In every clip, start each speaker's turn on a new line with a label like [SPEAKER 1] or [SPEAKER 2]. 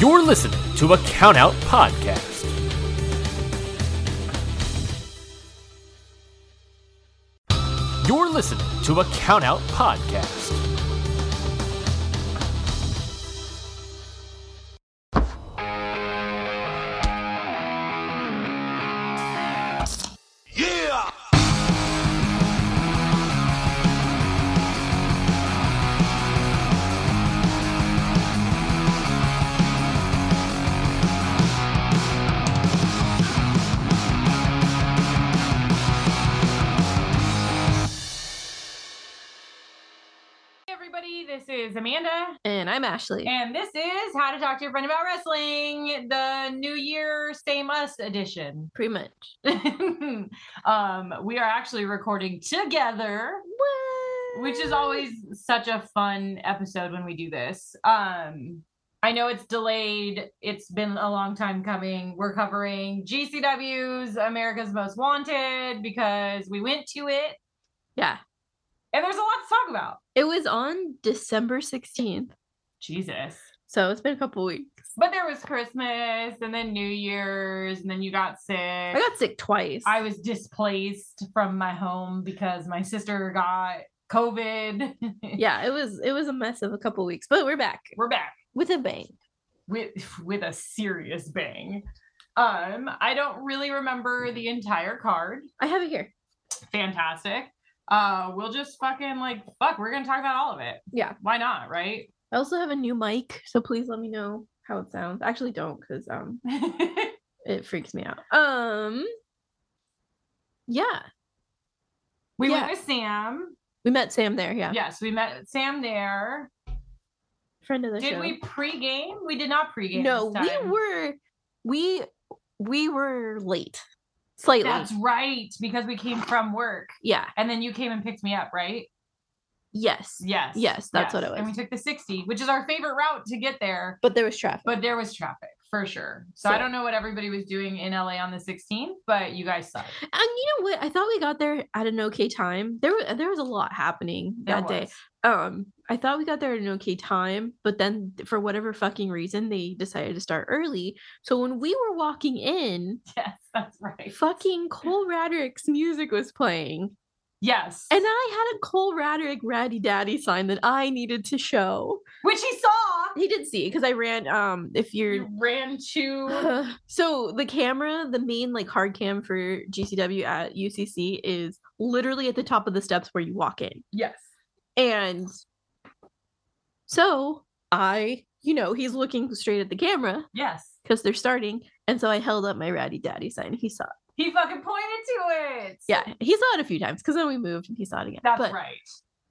[SPEAKER 1] You're listening to a Countout Podcast. You're listening to a Countout Podcast.
[SPEAKER 2] Hey everybody, this is Amanda,
[SPEAKER 3] And I'm Ashley.
[SPEAKER 2] and this is How to Talk to Your Friend About Wrestling, the New Year Same Us edition.
[SPEAKER 3] Pretty much.
[SPEAKER 2] um, we are actually recording together, which is always such a fun episode when we do this. Um, I know it's delayed, it's been a long time coming. We're covering GCW's America's Most Wanted because we went to it,
[SPEAKER 3] Yeah.
[SPEAKER 2] and there's a lot to talk about.
[SPEAKER 3] It was on December 16th.
[SPEAKER 2] Jesus.
[SPEAKER 3] So it's been a couple weeks.
[SPEAKER 2] But there was Christmas and then New Year's, and then you got sick.
[SPEAKER 3] I got sick twice.
[SPEAKER 2] I was displaced from my home because my sister got COVID.
[SPEAKER 3] yeah, it was it was a mess of a couple weeks, but we're back
[SPEAKER 2] We're back
[SPEAKER 3] with a bang.
[SPEAKER 2] with with a serious bang. Um, I don't really remember the entire card.
[SPEAKER 3] I have it here.
[SPEAKER 2] Fantastic. Uh, we'll just fucking like fuck. We're gonna talk about all of it.
[SPEAKER 3] Yeah.
[SPEAKER 2] Why not, right?
[SPEAKER 3] I also have a new mic, so please let me know how it sounds. Actually, don't because um it freaks me out. Um yeah.
[SPEAKER 2] we
[SPEAKER 3] Yeah.
[SPEAKER 2] went with Sam.
[SPEAKER 3] We met Sam there, yeah.
[SPEAKER 2] Yes, we met Sam there.
[SPEAKER 3] Friend of the
[SPEAKER 2] Did
[SPEAKER 3] show.
[SPEAKER 2] we pregame? We did not pregame.
[SPEAKER 3] no,
[SPEAKER 2] this
[SPEAKER 3] we
[SPEAKER 2] time.
[SPEAKER 3] were we we were late. Slightly.
[SPEAKER 2] That's right, because we came from work,
[SPEAKER 3] yeah.
[SPEAKER 2] and then you came and picked me up, right?
[SPEAKER 3] Yes.
[SPEAKER 2] Yes.
[SPEAKER 3] Yes, that's what it
[SPEAKER 2] And we
[SPEAKER 3] was.
[SPEAKER 2] took the 60, which is our favorite route to get there,
[SPEAKER 3] But there was traffic.
[SPEAKER 2] but there was traffic for sure. So, I
[SPEAKER 3] So-
[SPEAKER 2] don't know what everybody was doing in LA on the 16th, but you guys suck.
[SPEAKER 3] And you know what? I thought we got there at an okay time. There was there was a lot happening
[SPEAKER 2] There
[SPEAKER 3] that day.
[SPEAKER 2] was.
[SPEAKER 3] Um, I thought we got there at an okay time, but then for whatever fucking reason, they decided to start early. So when we were walking in,
[SPEAKER 2] Yes, that's right.
[SPEAKER 3] fucking Cole Radrick's music was playing,
[SPEAKER 2] Yes.
[SPEAKER 3] and I had a Cole Radrick Ratty Daddy sign that I needed to show.
[SPEAKER 2] which he saw.
[SPEAKER 3] He did see because I ran. Um, if
[SPEAKER 2] You
[SPEAKER 3] you're
[SPEAKER 2] ran to
[SPEAKER 3] so the camera, the main like hard cam for GCW at UCC is literally at the top of the steps where you walk in.
[SPEAKER 2] Yes.
[SPEAKER 3] And so I, you know, he's looking straight at the camera
[SPEAKER 2] Yes.
[SPEAKER 3] because they're starting. And so I held up my ratty daddy sign. He saw it.
[SPEAKER 2] He fucking pointed to it.
[SPEAKER 3] Yeah, he saw it a few times because then we moved and he saw it again.
[SPEAKER 2] That's
[SPEAKER 3] But-
[SPEAKER 2] right.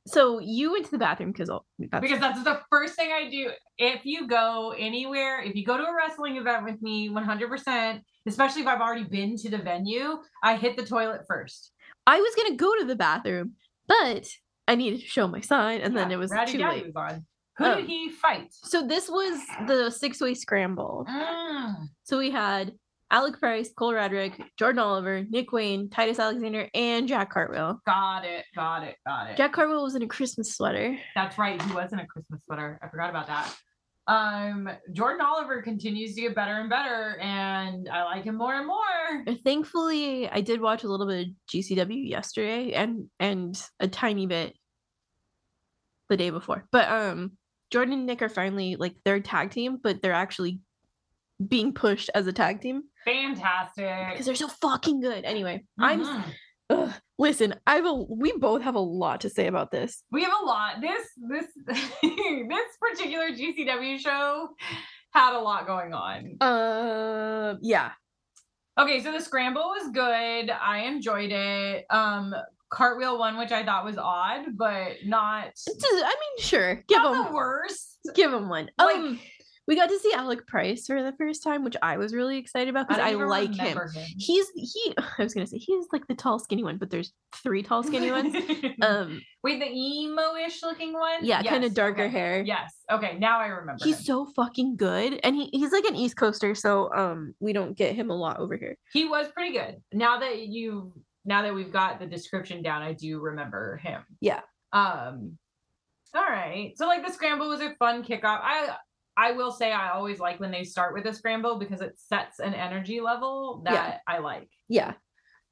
[SPEAKER 3] So you went to the bathroom because that's
[SPEAKER 2] because that's the first thing I do. If you go anywhere, if you go to a wrestling event with me, 100%, especially if I've already been to the venue, I hit the toilet first.
[SPEAKER 3] I was gonna go to the bathroom, but I needed to show my sign, and then
[SPEAKER 2] Yeah,
[SPEAKER 3] it was
[SPEAKER 2] Rowdy
[SPEAKER 3] too
[SPEAKER 2] Daddy
[SPEAKER 3] late.
[SPEAKER 2] was on. Who
[SPEAKER 3] Oh.
[SPEAKER 2] did he fight?
[SPEAKER 3] So this was the six-way scramble.
[SPEAKER 2] Mm,
[SPEAKER 3] So we had Alec Price, Cole Roderick, Jordan Oliver, Nick Wayne, Titus Alexander, and Jack Cartwheel.
[SPEAKER 2] got it, got it, got it.
[SPEAKER 3] Jack Cartwheel was in a Christmas sweater.
[SPEAKER 2] That's right. He was in a Christmas sweater. I forgot about that. Um, Jordan Oliver continues to get better and better, and I like him more and more.
[SPEAKER 3] Uh, Thankfully, I did watch a little bit of GCW yesterday and and a tiny bit the day before. But um Jordan and Nick are finally like they're a tag team, but they're actually being pushed as a tag team because
[SPEAKER 2] Fantastic.
[SPEAKER 3] they're so fucking good. Anyway, I'm s-
[SPEAKER 2] Mhm.
[SPEAKER 3] ugh, listen, I've a we both have a lot to say about this.
[SPEAKER 2] we have a lot this this this particular gcw show had a lot going on
[SPEAKER 3] Uh yeah.
[SPEAKER 2] okay so the scramble was good i enjoyed it um cartwheel one which i thought was odd but not
[SPEAKER 3] It's a- I mean, sure. Give
[SPEAKER 2] not
[SPEAKER 3] them
[SPEAKER 2] the worst
[SPEAKER 3] give them one.
[SPEAKER 2] Like-
[SPEAKER 3] um We got to see Alec Price for the first time, which I was really excited about because
[SPEAKER 2] don't
[SPEAKER 3] I,
[SPEAKER 2] even
[SPEAKER 3] like him.
[SPEAKER 2] remember him.
[SPEAKER 3] He's he. I was gonna say he's like the tall, skinny one, but there's three tall, skinny ones. Um,
[SPEAKER 2] Wait, the emo-ish looking one?
[SPEAKER 3] yeah, kind
[SPEAKER 2] Yes,
[SPEAKER 3] of darker
[SPEAKER 2] okay.
[SPEAKER 3] hair.
[SPEAKER 2] Yes. Okay, now I remember.
[SPEAKER 3] He's
[SPEAKER 2] him.
[SPEAKER 3] so fucking good, and he, he's like an East Coaster, so um we don't get him a lot over here.
[SPEAKER 2] he was pretty good. Now that you now that we've got the description down, I do remember him.
[SPEAKER 3] Yeah.
[SPEAKER 2] Um all right. So like the scramble was a fun kickoff. I I will say I always like when they start with a scramble because it sets an energy level
[SPEAKER 3] Yeah.
[SPEAKER 2] that I like.
[SPEAKER 3] Yeah,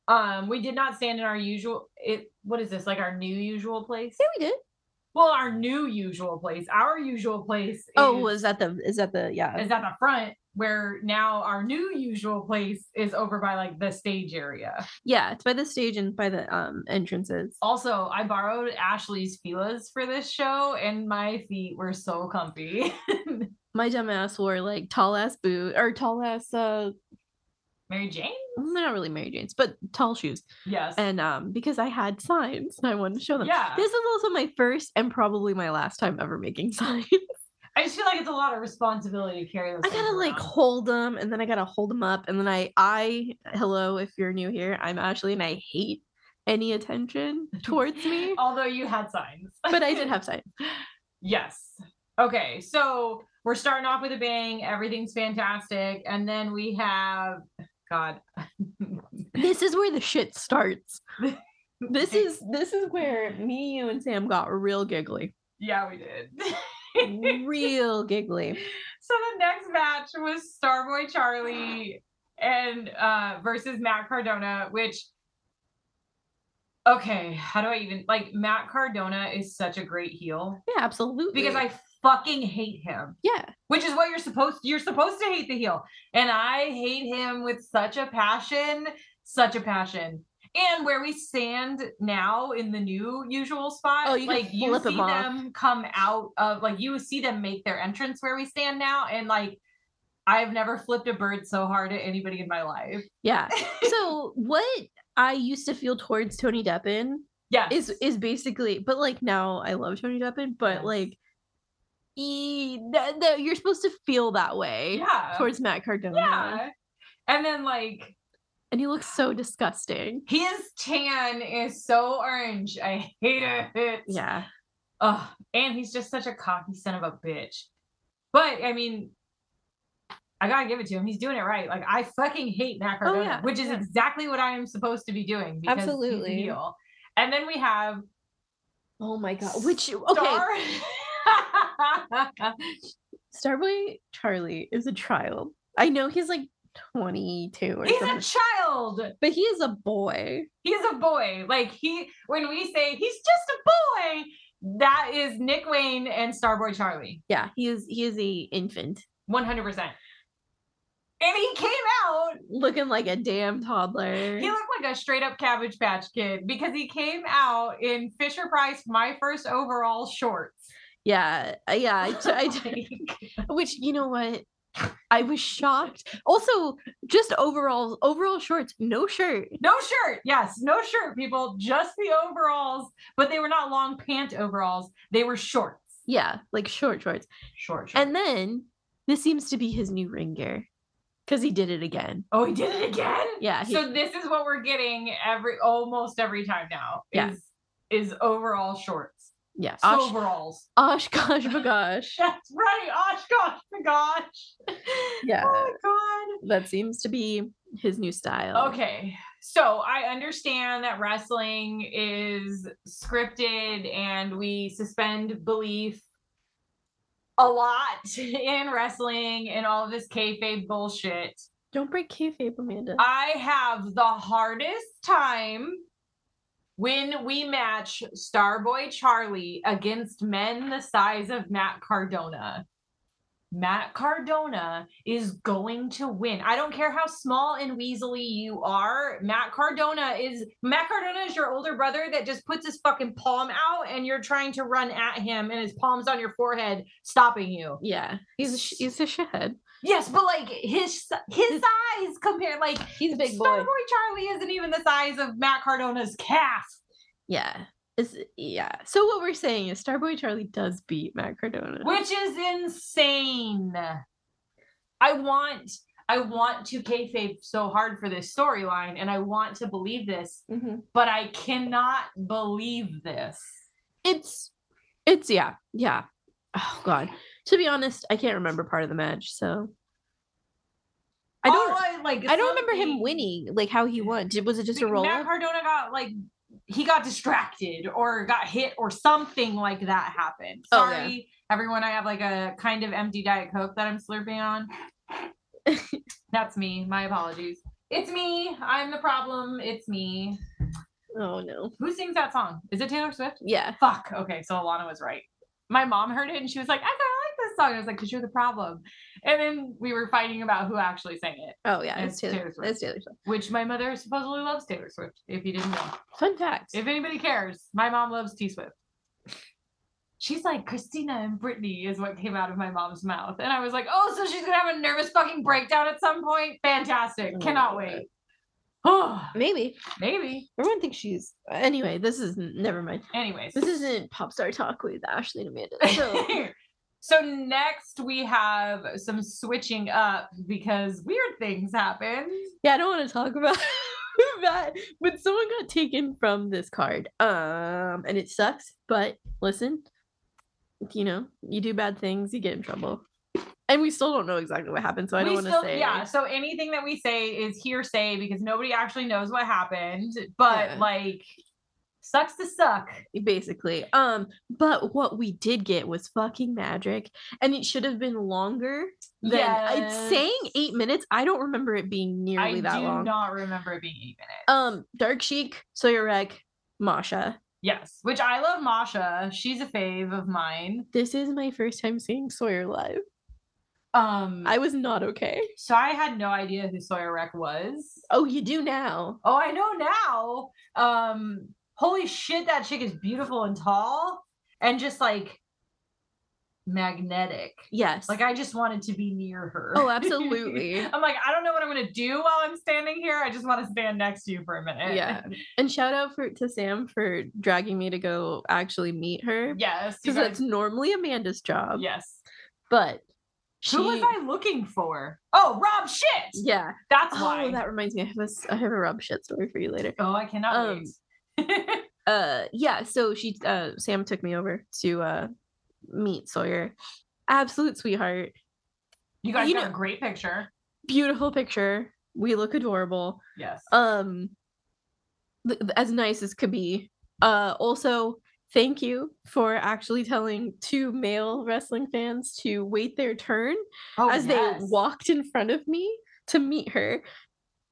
[SPEAKER 2] Um we did not stand in our usual it what is this? Like our new usual place?
[SPEAKER 3] yeah, we did.
[SPEAKER 2] Well, our new usual place. Our usual place
[SPEAKER 3] Oh,
[SPEAKER 2] is-
[SPEAKER 3] was that the is that the yeah?
[SPEAKER 2] is at the front where now our new usual place is over by like the stage area.
[SPEAKER 3] Yeah, it's by the stage and by the um entrances.
[SPEAKER 2] Also, I borrowed Ashley's Fila's for this show, and my feet were so comfy.
[SPEAKER 3] My dumbass wore like tall ass boot or tall ass uh
[SPEAKER 2] Mary Jane?
[SPEAKER 3] well, they're not really Mary Jane's, but tall shoes.
[SPEAKER 2] Yes.
[SPEAKER 3] And um because I had signs and I wanted to show them.
[SPEAKER 2] yeah.
[SPEAKER 3] This is also my first and probably my last time ever making signs.
[SPEAKER 2] I just feel like it's a lot of responsibility to carry those.
[SPEAKER 3] I gotta
[SPEAKER 2] things
[SPEAKER 3] like
[SPEAKER 2] around.
[SPEAKER 3] hold them and then I gotta hold them up and then I I hello if you're new here, I'm Ashley and I hate any attention towards me.
[SPEAKER 2] Although you had signs.
[SPEAKER 3] but I did have signs.
[SPEAKER 2] Yes. Okay. So we're starting off with a bang. Everything's fantastic. And then we have, God.
[SPEAKER 3] This is where the shit starts. This
[SPEAKER 2] Okay.
[SPEAKER 3] is this is where me, you, and Sam got real giggly.
[SPEAKER 2] Yeah, we did.
[SPEAKER 3] Real giggly.
[SPEAKER 2] So the next match was Starboy Charlie and uh versus Matt Cardona, which okay, how do I even like Matt Cardona is such a great heel
[SPEAKER 3] Yeah, absolutely.
[SPEAKER 2] because I fucking hate him,
[SPEAKER 3] Yeah.
[SPEAKER 2] which is what you're supposed you're supposed to hate the heel. And I hate him with such a passion, such a passion. And where we stand now in the new usual spot,
[SPEAKER 3] Oh, you can
[SPEAKER 2] like you
[SPEAKER 3] flip
[SPEAKER 2] see
[SPEAKER 3] 'em off.
[SPEAKER 2] them come out of like you see them make their entrance where we stand now, and like I've never flipped a bird so hard at anybody in my life.
[SPEAKER 3] Yeah. So what I used to feel towards Tony Deppen
[SPEAKER 2] Yes,
[SPEAKER 3] is is basically but like now I love Tony Deppen, but
[SPEAKER 2] Yes.
[SPEAKER 3] like e, that that- you're supposed to feel that way
[SPEAKER 2] yeah,
[SPEAKER 3] towards Matt Cardona.
[SPEAKER 2] yeah. And then like
[SPEAKER 3] And he looks so disgusting.
[SPEAKER 2] his tan is so orange, I hate it.
[SPEAKER 3] Yeah.
[SPEAKER 2] Oh, and he's just such a cocky son of a bitch. But I mean, I gotta give it to him. He's doing it right. Like I fucking hate Matt
[SPEAKER 3] Oh,
[SPEAKER 2] Cardona,
[SPEAKER 3] yeah,
[SPEAKER 2] which is
[SPEAKER 3] yeah.
[SPEAKER 2] exactly what I am supposed to be doing. Because he's a
[SPEAKER 3] Absolutely.
[SPEAKER 2] heel. And then we have
[SPEAKER 3] Oh my god. Which okay.
[SPEAKER 2] Star-
[SPEAKER 3] Starboy Charlie is a child. I know he's like 22 or
[SPEAKER 2] he's a
[SPEAKER 3] something,
[SPEAKER 2] child.
[SPEAKER 3] but he is a boy.
[SPEAKER 2] He's a boy. Like he, when we say he's just a boy, that is Nick Wayne and Starboy Charlie.
[SPEAKER 3] Yeah, he is. He is a infant,
[SPEAKER 2] 100%. And he came out
[SPEAKER 3] looking like a damn toddler.
[SPEAKER 2] He looked like a straight up Cabbage Patch kid because he came out in Fisher Price My First Overall shorts.
[SPEAKER 3] Yeah, uh, yeah. I t- I
[SPEAKER 2] Oh
[SPEAKER 3] t- which you know what? I was shocked. Also, just overall, overall shorts, no shirt.
[SPEAKER 2] no shirt. Yes, no shirt, people. Just the overalls, but they were not long pant overalls. They were shorts.
[SPEAKER 3] Yeah, like short shorts.
[SPEAKER 2] Short shorts.
[SPEAKER 3] And then this seems to be his new ring gear, because he did it again.
[SPEAKER 2] oh, he did it again?
[SPEAKER 3] Yeah, he-
[SPEAKER 2] so this is what we're getting every almost every time now.
[SPEAKER 3] Yeah.
[SPEAKER 2] Is is overall shorts.
[SPEAKER 3] Yeah, Osh,
[SPEAKER 2] Overalls.
[SPEAKER 3] Oshkosh Bagosh.
[SPEAKER 2] That's right. Oshkosh my gosh.
[SPEAKER 3] Yeah.
[SPEAKER 2] Oh my god.
[SPEAKER 3] That seems to be his new style.
[SPEAKER 2] Okay. So I understand that wrestling is scripted and we suspend belief a lot in wrestling and all of this kayfabe bullshit.
[SPEAKER 3] Don't break kayfabe, Amanda.
[SPEAKER 2] I have the hardest time when we match Starboy Charlie against men the size of Matt Cardona. Matt Cardona is going to win. I don't care how small and weaselly you are. Matt Cardona is Matt Cardona is your older brother that just puts his fucking palm out and you're trying to run at him and his palms on your forehead stopping you.
[SPEAKER 3] yeah, he's a sh- he's a shithead.
[SPEAKER 2] Yes, but like his his size compared like
[SPEAKER 3] He's
[SPEAKER 2] Starboy Charlie isn't even the size of Matt Cardona's calf.
[SPEAKER 3] Yeah, Is yeah. So what we're saying is Starboy Charlie does beat Matt Cardona.
[SPEAKER 2] which is insane. I want I want to kayfabe so hard for this storyline, and I want to believe this,
[SPEAKER 3] Mhm.
[SPEAKER 2] but I cannot believe this.
[SPEAKER 3] It's it's yeah yeah. Oh god. To be honest, I can't remember part of the match, so I don't.
[SPEAKER 2] All I, like
[SPEAKER 3] I don't remember him
[SPEAKER 2] something-
[SPEAKER 3] winning. Like how he won. Did, was it just a
[SPEAKER 2] Like,
[SPEAKER 3] roll
[SPEAKER 2] Matt
[SPEAKER 3] up?
[SPEAKER 2] Cardona got like he got distracted or got hit or something like that happened.
[SPEAKER 3] Oh, yeah.
[SPEAKER 2] Sorry, everyone. I have like a kind of empty diet coke that I'm slurping on. That's me. My apologies. It's me. I'm the problem. It's me.
[SPEAKER 3] Oh no.
[SPEAKER 2] Who sings that song? Is it Taylor Swift?
[SPEAKER 3] Yeah.
[SPEAKER 2] Fuck. Okay, so Alana was right. My mom heard it and she was like, I kind of like this song. I was like, because you're the problem. And then we were fighting about who actually sang it,
[SPEAKER 3] Oh yeah.
[SPEAKER 2] It's
[SPEAKER 3] It's Taylor.
[SPEAKER 2] Taylor Swift.
[SPEAKER 3] It's Taylor Swift.
[SPEAKER 2] which my mother supposedly loves Taylor Swift, if you didn't know.
[SPEAKER 3] Fun fact.
[SPEAKER 2] If anybody cares, my mom loves T Swift. She's like, Christina and Brittany is what came out of my mom's mouth. And I was like, oh, so she's going to have a nervous fucking breakdown at some point? Fantastic.
[SPEAKER 3] Oh,
[SPEAKER 2] Cannot
[SPEAKER 3] Lord.
[SPEAKER 2] wait. Oh,
[SPEAKER 3] Maybe
[SPEAKER 2] maybe.
[SPEAKER 3] everyone thinks she's. Anyway, this is never mind.
[SPEAKER 2] Anyways.
[SPEAKER 3] This isn't pop star talk with Ashley and Amanda. So
[SPEAKER 2] so next we have some switching up because weird things happen.
[SPEAKER 3] yeah, I don't want to talk about that. But someone got taken from this card. Um, and it sucks. But listen, you know, you do bad things, you get in trouble. And we still don't know exactly what happened, so I
[SPEAKER 2] we
[SPEAKER 3] don't want to
[SPEAKER 2] still,
[SPEAKER 3] say.
[SPEAKER 2] yeah. So anything that we say is hearsay because nobody actually knows what happened. But
[SPEAKER 3] Yeah.
[SPEAKER 2] like, sucks to suck.
[SPEAKER 3] basically. Um, but what we did get was fucking magic, and it should have been longer than it's saying eight minutes. I don't remember it being nearly
[SPEAKER 2] I
[SPEAKER 3] that
[SPEAKER 2] do
[SPEAKER 3] long.
[SPEAKER 2] not remember it being eight minutes.
[SPEAKER 3] Um, Dark Sheik, Sawyer Wreck, Masha.
[SPEAKER 2] Yes, which I love Masha. She's a fave of mine.
[SPEAKER 3] This is my first time seeing Sawyer live.
[SPEAKER 2] Um,
[SPEAKER 3] I was not okay.
[SPEAKER 2] so I had no idea who Sawyer Wreck was.
[SPEAKER 3] Oh, you do now.
[SPEAKER 2] Oh, I know now. Um, holy shit, that chick is beautiful and tall and just like magnetic.
[SPEAKER 3] Yes.
[SPEAKER 2] Like I just wanted to be near her.
[SPEAKER 3] oh, absolutely.
[SPEAKER 2] I'm like, I don't know what I'm gonna do while I'm standing here. I just want to stand next to you for a minute.
[SPEAKER 3] yeah. And shout out for to Sam for dragging me to go actually meet her
[SPEAKER 2] Yes. you
[SPEAKER 3] because
[SPEAKER 2] guys-
[SPEAKER 3] that's normally Amanda's job.
[SPEAKER 2] yes.
[SPEAKER 3] But she.
[SPEAKER 2] Who was I looking for? Oh, Rob shit.
[SPEAKER 3] Yeah.
[SPEAKER 2] That's
[SPEAKER 3] Oh,
[SPEAKER 2] why.
[SPEAKER 3] that reminds me. I have a s- I have a rub shit story for you later.
[SPEAKER 2] oh, I cannot
[SPEAKER 3] Um,
[SPEAKER 2] wait.
[SPEAKER 3] Uh, yeah. So she, uh, Sam took me over to uh meet Sawyer. Absolute sweetheart.
[SPEAKER 2] you guys
[SPEAKER 3] you
[SPEAKER 2] got a
[SPEAKER 3] know-
[SPEAKER 2] great picture.
[SPEAKER 3] Beautiful picture. We look adorable.
[SPEAKER 2] Yes.
[SPEAKER 3] Um, th- th- as nice as could be. Uh, also. Thank you for actually telling two male wrestling fans to wait their turn
[SPEAKER 2] oh,
[SPEAKER 3] as they
[SPEAKER 2] yes.
[SPEAKER 3] walked in front of me to meet her.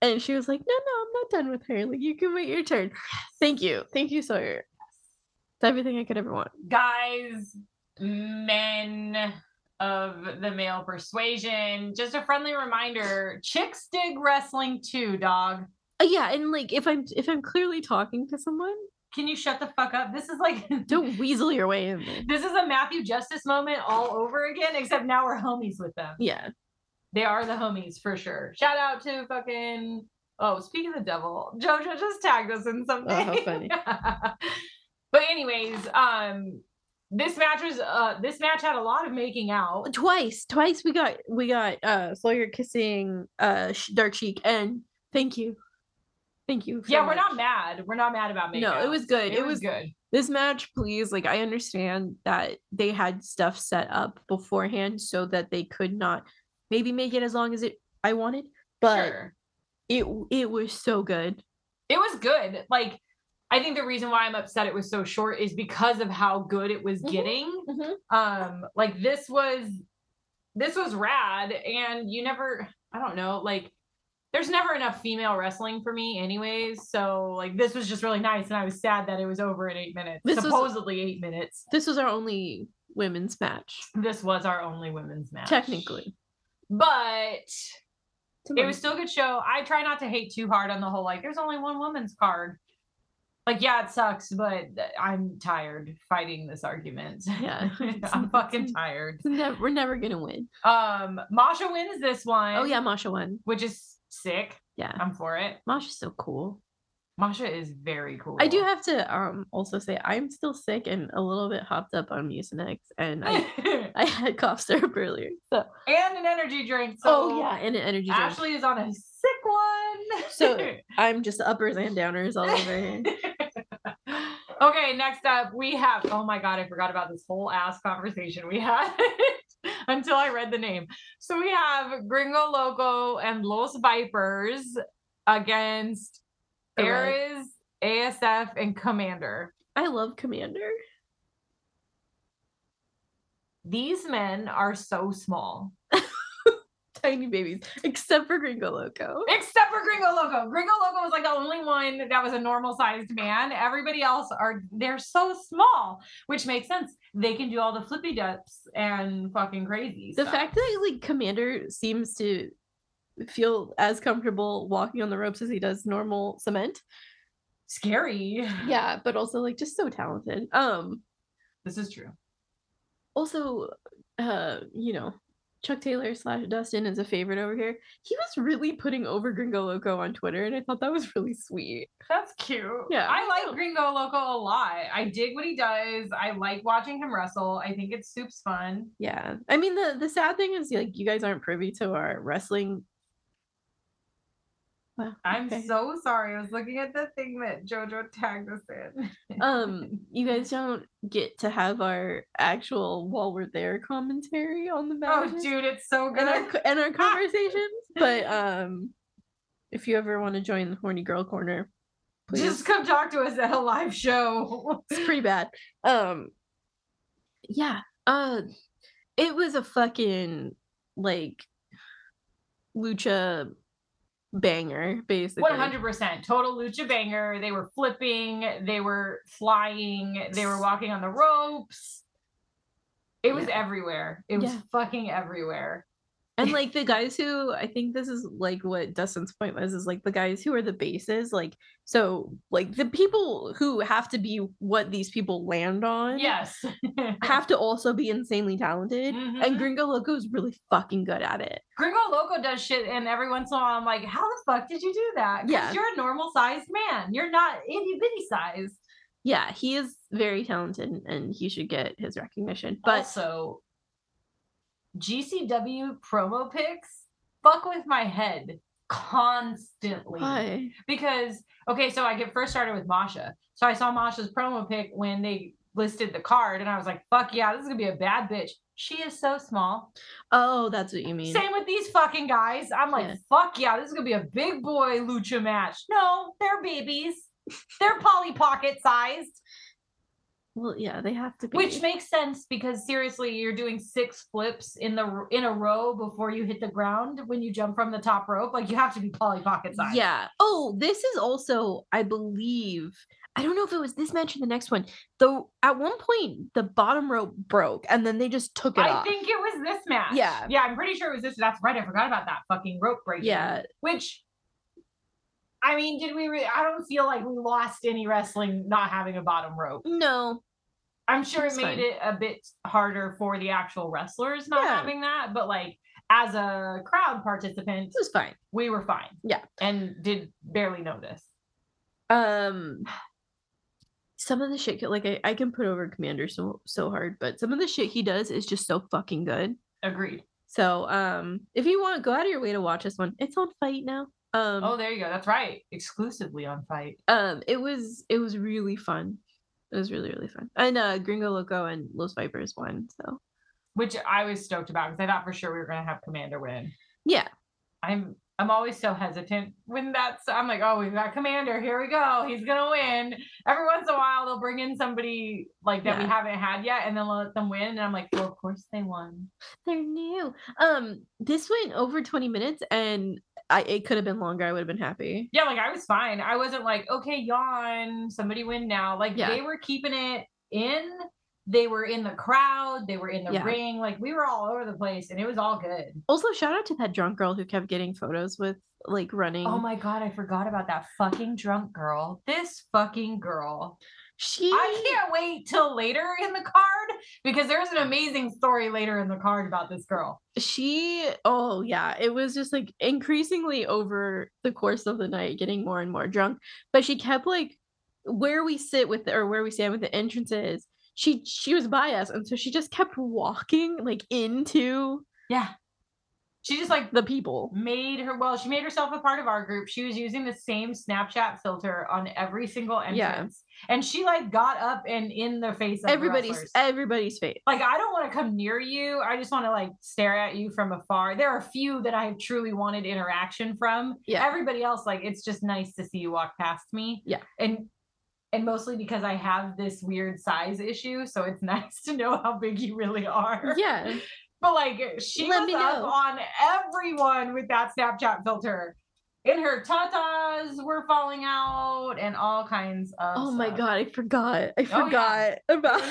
[SPEAKER 3] And she was like, No, no, I'm not done with her. Like, you can wait your turn. Thank you. Thank you, Sawyer. It's everything I could ever want.
[SPEAKER 2] guys, men of the male persuasion. Just a friendly reminder: chicks dig wrestling too, dog.
[SPEAKER 3] Uh, yeah, and like if I'm if I'm clearly talking to someone,
[SPEAKER 2] Can you shut the fuck up? This is like
[SPEAKER 3] don't weasel your way in there.
[SPEAKER 2] this is a Matthew Justice moment all over again, except now we're homies with them.
[SPEAKER 3] Yeah.
[SPEAKER 2] They are the homies for sure. Shout out to fucking oh, speaking of the devil, Jojo just tagged us in something.
[SPEAKER 3] Oh, how funny.
[SPEAKER 2] but anyways, um, this match was uh, this match had a lot of making out.
[SPEAKER 3] Twice. Twice we got we got uh Sawyer kissing uh Sh- Dark Sheik and thank you. Thank you.
[SPEAKER 2] Yeah,
[SPEAKER 3] so
[SPEAKER 2] we're
[SPEAKER 3] much.
[SPEAKER 2] not mad. We're not mad about making
[SPEAKER 3] No, it was good.
[SPEAKER 2] It,
[SPEAKER 3] It,
[SPEAKER 2] was,
[SPEAKER 3] was
[SPEAKER 2] good.
[SPEAKER 3] this match, please. Like, I understand that they had stuff set up beforehand so that they could not maybe make it as long as it I wanted, but
[SPEAKER 2] sure.
[SPEAKER 3] it w- it was so good.
[SPEAKER 2] It was good. Like I think the reason why I'm upset it was so short is because of how good it was
[SPEAKER 3] Mhm,
[SPEAKER 2] getting. um like this was this was rad and you never i don't know like there's never enough female wrestling for me anyways so like this was just really nice and i was sad that it was over in eight minutes
[SPEAKER 3] This was-
[SPEAKER 2] supposedly eight minutes
[SPEAKER 3] This was our only women's match,
[SPEAKER 2] this was our only women's match
[SPEAKER 3] technically. Hmm.
[SPEAKER 2] but
[SPEAKER 3] Come
[SPEAKER 2] it
[SPEAKER 3] on.
[SPEAKER 2] was still a good show i try not to hate too hard on the whole like there's only one woman's card like yeah it sucks but i'm tired fighting this argument
[SPEAKER 3] Yeah.
[SPEAKER 2] i'm fucking tired
[SPEAKER 3] It's nev- we're never gonna win.
[SPEAKER 2] um masha wins this one
[SPEAKER 3] Oh yeah, Masha won.
[SPEAKER 2] which is sick.
[SPEAKER 3] Yeah,
[SPEAKER 2] I'm for it.
[SPEAKER 3] Masha's so cool.
[SPEAKER 2] Masha is very cool.
[SPEAKER 3] I do have to um also say I'm still sick and a little bit hopped up on Mucinex, and I
[SPEAKER 2] and
[SPEAKER 3] I had cough syrup earlier. So
[SPEAKER 2] an energy drink. So
[SPEAKER 3] oh yeah, and an energy drink.
[SPEAKER 2] Ashley is on a sick one.
[SPEAKER 3] So I'm just uppers and downers all over here.
[SPEAKER 2] okay, next up we have oh my god, I forgot about this whole ass conversation we had until I read the name. So we have Gringo Loco and Los Vipers against
[SPEAKER 3] Correct.
[SPEAKER 2] Ares, ASF, and Commander.
[SPEAKER 3] I love Commander.
[SPEAKER 2] These men are so small.
[SPEAKER 3] Tiny babies, except for Gringo Loco.
[SPEAKER 2] Except for Gringo Loco. Gringo Loco was like the only one that was a normal sized man. Everybody else are they're so small, which makes sense. They can do all the flippy dups and fucking crazy.
[SPEAKER 3] The
[SPEAKER 2] stuff.
[SPEAKER 3] fact that like Commander seems to feel as comfortable walking on the ropes as he does normal cement.
[SPEAKER 2] scary.
[SPEAKER 3] Yeah, but also like just so talented. Um
[SPEAKER 2] This is true.
[SPEAKER 3] also uh you know chuck taylor slash dustin is a favorite over here he was really putting over gringo loco on twitter and i thought that was really sweet
[SPEAKER 2] That's cute.
[SPEAKER 3] Yeah.
[SPEAKER 2] I like Gringo Loco a lot. I dig what he does. I like watching him wrestle. I think it's soup's fun.
[SPEAKER 3] yeah i mean the the sad thing is like you guys aren't privy to our wrestling Wow,
[SPEAKER 2] I'm
[SPEAKER 3] okay.
[SPEAKER 2] so sorry. I was looking at the thing that JoJo tagged us in.
[SPEAKER 3] um you guys don't get to have our actual while we're there commentary on the
[SPEAKER 2] Oh,
[SPEAKER 3] match
[SPEAKER 2] dude, it's so good.
[SPEAKER 3] and our co-
[SPEAKER 2] Ah!
[SPEAKER 3] and our conversations but um if you ever want to join the horny girl corner please
[SPEAKER 2] Just come talk to us at a live show.
[SPEAKER 3] it's pretty bad. Um yeah, uh it was a fucking like lucha banger basically.
[SPEAKER 2] One hundred percent, total lucha banger. They were flipping, they were flying, they were walking on the ropes. It was
[SPEAKER 3] Yeah.
[SPEAKER 2] everywhere. It was
[SPEAKER 3] Yeah.
[SPEAKER 2] fucking everywhere.
[SPEAKER 3] And like the guys who I think this is like what Dustin's point was is like the guys who are the bases like so like the people who have to be what these people land on
[SPEAKER 2] Yes.
[SPEAKER 3] have to also be insanely talented
[SPEAKER 2] Mhm.
[SPEAKER 3] and Gringo Loco is really fucking good at it.
[SPEAKER 2] Gringo Loco does shit, and every once in a while, I'm like, "How the fuck did you do that? 'Cause
[SPEAKER 3] Yeah.
[SPEAKER 2] you're a normal sized man. You're not itty bitty sized."
[SPEAKER 3] Yeah, he is very talented and he should get his recognition. But
[SPEAKER 2] also, GCW promo pics fuck with my head constantly.
[SPEAKER 3] Why?
[SPEAKER 2] because okay, so I get first started with Masha. So I saw Masha's promo pic when they listed the card, and I was like, "Fuck yeah, this is gonna be a bad bitch." She is so small.
[SPEAKER 3] Oh, that's what you mean.
[SPEAKER 2] Same with these fucking guys. I'm like,
[SPEAKER 3] Yeah.
[SPEAKER 2] "Fuck yeah, this is gonna be a big boy lucha match." No, they're babies. They're Polly Pocket sized,
[SPEAKER 3] Well, yeah, they have to be.
[SPEAKER 2] which makes sense because seriously, you're doing six flips in the r- in a row before you hit the ground when you jump from the top rope. Like you have to be Polly Pocket sized.
[SPEAKER 3] yeah. Oh, this is also, I believe, I don't know if it was this match or the next one. Though at one point the bottom rope broke, and then they just took it
[SPEAKER 2] I
[SPEAKER 3] off.
[SPEAKER 2] think it was this match.
[SPEAKER 3] Yeah.
[SPEAKER 2] Yeah, I'm pretty sure it was this. That's right. I forgot about that fucking rope break.
[SPEAKER 3] yeah,
[SPEAKER 2] Which, I mean, did we? Re- I don't feel like we lost any wrestling not having a bottom rope.
[SPEAKER 3] no,
[SPEAKER 2] I'm sure it
[SPEAKER 3] It's
[SPEAKER 2] made
[SPEAKER 3] fine.
[SPEAKER 2] it a bit harder for the actual wrestlers not
[SPEAKER 3] Yeah.
[SPEAKER 2] having that, but like as a crowd participant,
[SPEAKER 3] this was fine.
[SPEAKER 2] we were fine.
[SPEAKER 3] Yeah.
[SPEAKER 2] And did barely notice.
[SPEAKER 3] Um, some of the shit, like I, I can put over Commander so so hard, but some of the shit he does is just so fucking good.
[SPEAKER 2] Agreed.
[SPEAKER 3] So, um, if you want, go out of your way to watch this one. It's on Fight now. Um,
[SPEAKER 2] oh, there you go. That's right. Exclusively on fight.
[SPEAKER 3] um it was it was really fun it was really really fun and uh gringo loco and los vipers won so
[SPEAKER 2] which I was stoked about because I thought for sure we were going to have Commander win.
[SPEAKER 3] Yeah.
[SPEAKER 2] I'm I'm always so hesitant when that's I'm like, oh, we've got Commander. Here we go. He's gonna win. Every once in a while, they'll bring in somebody like that we
[SPEAKER 3] Yeah.
[SPEAKER 2] haven't had yet, and then let them win. And I'm like, well, of course they won.
[SPEAKER 3] they're new um this went over 20 minutes and i it could have been longer i would have been happy
[SPEAKER 2] Yeah, like I was fine. I wasn't like, okay, yawn. Somebody win now. Like
[SPEAKER 3] Yeah.
[SPEAKER 2] they were keeping it in. They were in the crowd. They were in the
[SPEAKER 3] Yeah.
[SPEAKER 2] ring. Like we were all over the place, and it was all good.
[SPEAKER 3] also shout out to that drunk girl who kept getting photos with like running
[SPEAKER 2] Oh my god, I forgot about that fucking drunk girl. This fucking girl.
[SPEAKER 3] She
[SPEAKER 2] I can't wait till later in the card because there's an amazing story later in the card about this girl.
[SPEAKER 3] she oh yeah it was just like increasingly over the course of the night getting more and more drunk but she kept like where we sit with the, or where we stand with the entrances she she was by us and so she just kept walking like into
[SPEAKER 2] Yeah. She just like
[SPEAKER 3] the people
[SPEAKER 2] made her well, she made herself a part of our group. She was using the same Snapchat filter on every single
[SPEAKER 3] Yeah.
[SPEAKER 2] entrance. And she like got up and in the face of the
[SPEAKER 3] everybody's
[SPEAKER 2] wrestlers.
[SPEAKER 3] everybody's face
[SPEAKER 2] like I don't want to come near you. I just want to like stare at you from afar. There are a few that I have truly wanted interaction from.
[SPEAKER 3] Yeah.
[SPEAKER 2] Everybody else, like it's just nice to see you walk past me.
[SPEAKER 3] Yeah.
[SPEAKER 2] And and mostly because I have this weird size issue, so it's nice to know how big you really are.
[SPEAKER 3] yeah
[SPEAKER 2] But like she
[SPEAKER 3] Let
[SPEAKER 2] was
[SPEAKER 3] me
[SPEAKER 2] up
[SPEAKER 3] know.
[SPEAKER 2] on everyone with that Snapchat filter. And her tatas were falling out and all kinds of
[SPEAKER 3] oh my
[SPEAKER 2] stuff.
[SPEAKER 3] god i forgot i
[SPEAKER 2] Oh, yeah.
[SPEAKER 3] forgot about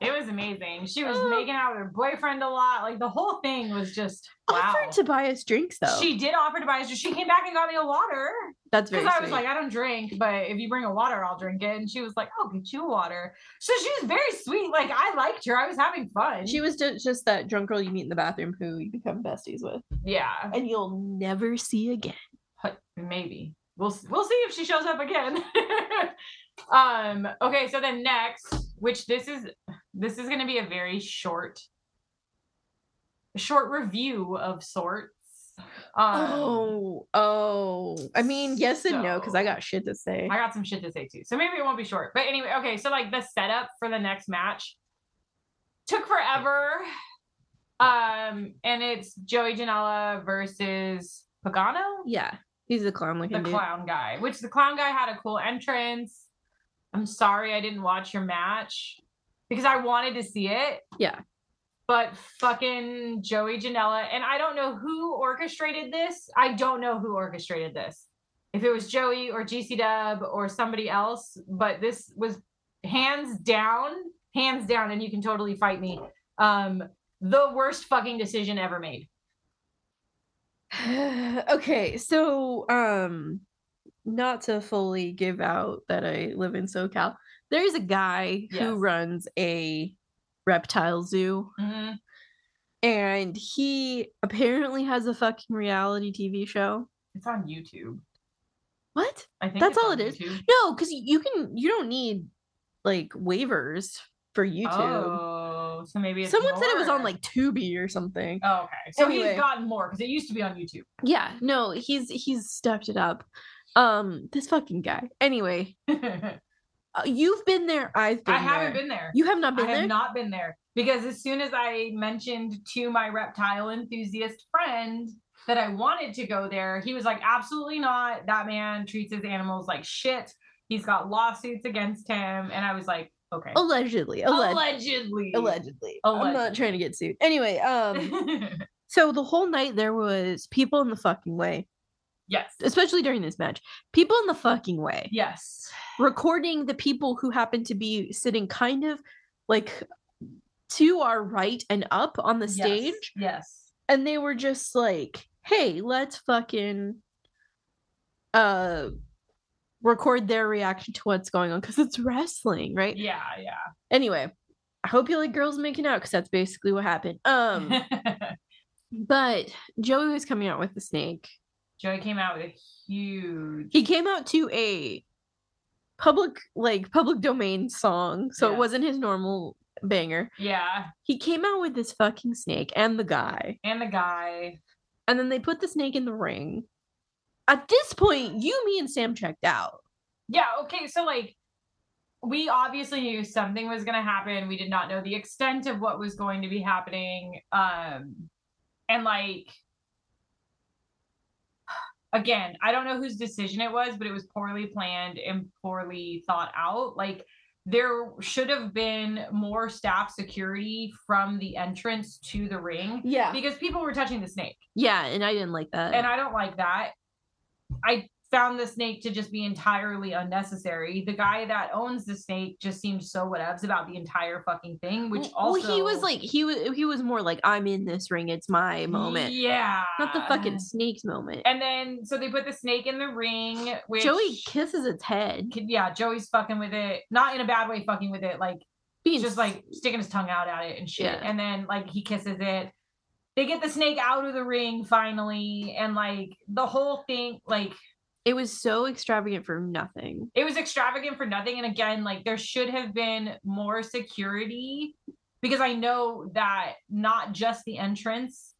[SPEAKER 2] It was amazing. She was
[SPEAKER 3] Oh.
[SPEAKER 2] making out with her boyfriend a lot. Like the whole thing was just wow.
[SPEAKER 3] offered to buy us drinks though
[SPEAKER 2] She did offer to buy us. She came back and got me a water
[SPEAKER 3] that's very
[SPEAKER 2] because I was
[SPEAKER 3] sweet.
[SPEAKER 2] like, I don't drink, but if you bring a water, I'll drink it. And she was like, I'll get you water. So she was very sweet. Like I liked her. I was having fun.
[SPEAKER 3] she was just, just that drunk girl you meet in the bathroom who you become besties with
[SPEAKER 2] yeah,
[SPEAKER 3] and you'll never see again.
[SPEAKER 2] But maybe we'll s- we'll see if she shows up again. um. Okay. So then next, which this is this is going to be a very short short review of sorts. Um,
[SPEAKER 3] oh, oh. I mean, yes and no, because I got shit to say.
[SPEAKER 2] I got some shit to say too. So maybe it won't be short. But anyway, okay. So like the setup for the next match took forever. Um, and it's Joey Janela versus Pagano,
[SPEAKER 3] yeah, he's a clown
[SPEAKER 2] the
[SPEAKER 3] looking dude.
[SPEAKER 2] clown guy, which the clown guy had a cool entrance. I'm sorry I didn't watch your match because I wanted to see it.
[SPEAKER 3] Yeah.
[SPEAKER 2] But fucking Joey Janela, and I don't know who orchestrated this. I don't know who orchestrated this if it was Joey or GC Dub or somebody else, but this was hands down, hands down, and you can totally fight me. Um, the worst fucking decision ever made.
[SPEAKER 3] okay, so um, not to fully give out that I live in SoCal, there is a guy
[SPEAKER 2] Yes.
[SPEAKER 3] who runs a reptile zoo,
[SPEAKER 2] Mm-hmm.
[SPEAKER 3] and he apparently has a fucking reality TV show.
[SPEAKER 2] It's on YouTube.
[SPEAKER 3] What?
[SPEAKER 2] I think
[SPEAKER 3] That's
[SPEAKER 2] it's
[SPEAKER 3] all
[SPEAKER 2] on
[SPEAKER 3] it is.
[SPEAKER 2] YouTube.
[SPEAKER 3] No, because you can. You don't need like waivers for YouTube.
[SPEAKER 2] Oh, so maybe it's
[SPEAKER 3] Someone said it was on
[SPEAKER 2] more.
[SPEAKER 3] like Tubi or something.
[SPEAKER 2] Oh, okay, so
[SPEAKER 3] Anyway.
[SPEAKER 2] he's gotten more because it used to be on YouTube.
[SPEAKER 3] Yeah, no, he's he's stepped it up. Um, this fucking guy. Anyway, uh, you've been there. I've been.
[SPEAKER 2] I haven't
[SPEAKER 3] there.
[SPEAKER 2] been there.
[SPEAKER 3] You have not been
[SPEAKER 2] I have
[SPEAKER 3] there.
[SPEAKER 2] not been there because as soon as I mentioned to my reptile enthusiast friend that I wanted to go there, he was like, absolutely not. That man treats his animals like shit. He's got lawsuits against him. And I was like, okay.
[SPEAKER 3] Allegedly,
[SPEAKER 2] Allegedly.
[SPEAKER 3] allegedly, allegedly. I'm not
[SPEAKER 2] Allegedly.
[SPEAKER 3] trying to get sued. Anyway, um, so the whole night there was people in the fucking way,
[SPEAKER 2] yes.
[SPEAKER 3] especially during this match. People in the fucking way.
[SPEAKER 2] Yes.
[SPEAKER 3] recording the people who happen to be sitting kind of like to our right and up on the
[SPEAKER 2] Yes.
[SPEAKER 3] stage
[SPEAKER 2] Yes.
[SPEAKER 3] and they were just like hey let's fucking uh record their reaction to what's going on because it's wrestling right
[SPEAKER 2] Yeah. Yeah.
[SPEAKER 3] anyway i hope you like girls making out because that's basically what happened um but joey was coming out with the snake
[SPEAKER 2] Joey came out with a huge.
[SPEAKER 3] he came out to a public like public domain song so it
[SPEAKER 2] Yeah.
[SPEAKER 3] wasn't his normal banger
[SPEAKER 2] Yeah.
[SPEAKER 3] he came out with this fucking snake and the guy
[SPEAKER 2] And the guy.
[SPEAKER 3] and then they put the snake in the ring at this point you me and sam checked out
[SPEAKER 2] Yeah. Okay. So like, we obviously knew something was going to happen. We did not know the extent of what was going to be happening. Um, and like, again, I don't know whose decision it was, but it was poorly planned and poorly thought out. Like, there should have been more staff security from the entrance to the ring
[SPEAKER 3] yeah
[SPEAKER 2] because people were touching the snake
[SPEAKER 3] yeah and i didn't like that
[SPEAKER 2] and I don't like that. I found the snake to just be entirely unnecessary. The guy that owns the snake just seemed so whatevs about the entire fucking thing, which
[SPEAKER 3] Well,
[SPEAKER 2] also
[SPEAKER 3] he was like he was he was more like I'm in this ring, it's my moment,
[SPEAKER 2] Yeah,
[SPEAKER 3] not the fucking snakes moment.
[SPEAKER 2] And then so they put the snake in the ring, which
[SPEAKER 3] Joey kisses its head,
[SPEAKER 2] Kid- yeah, Joey's fucking with it, not in a bad way, fucking with it, like
[SPEAKER 3] being
[SPEAKER 2] just like sticking his tongue out at it and shit.
[SPEAKER 3] Yeah.
[SPEAKER 2] And then like he kisses it. They get the snake out of the ring finally, and like the whole thing, like
[SPEAKER 3] it was so extravagant for nothing.
[SPEAKER 2] it was extravagant for nothing. And again, like there should have been more security because I know that not just the entrance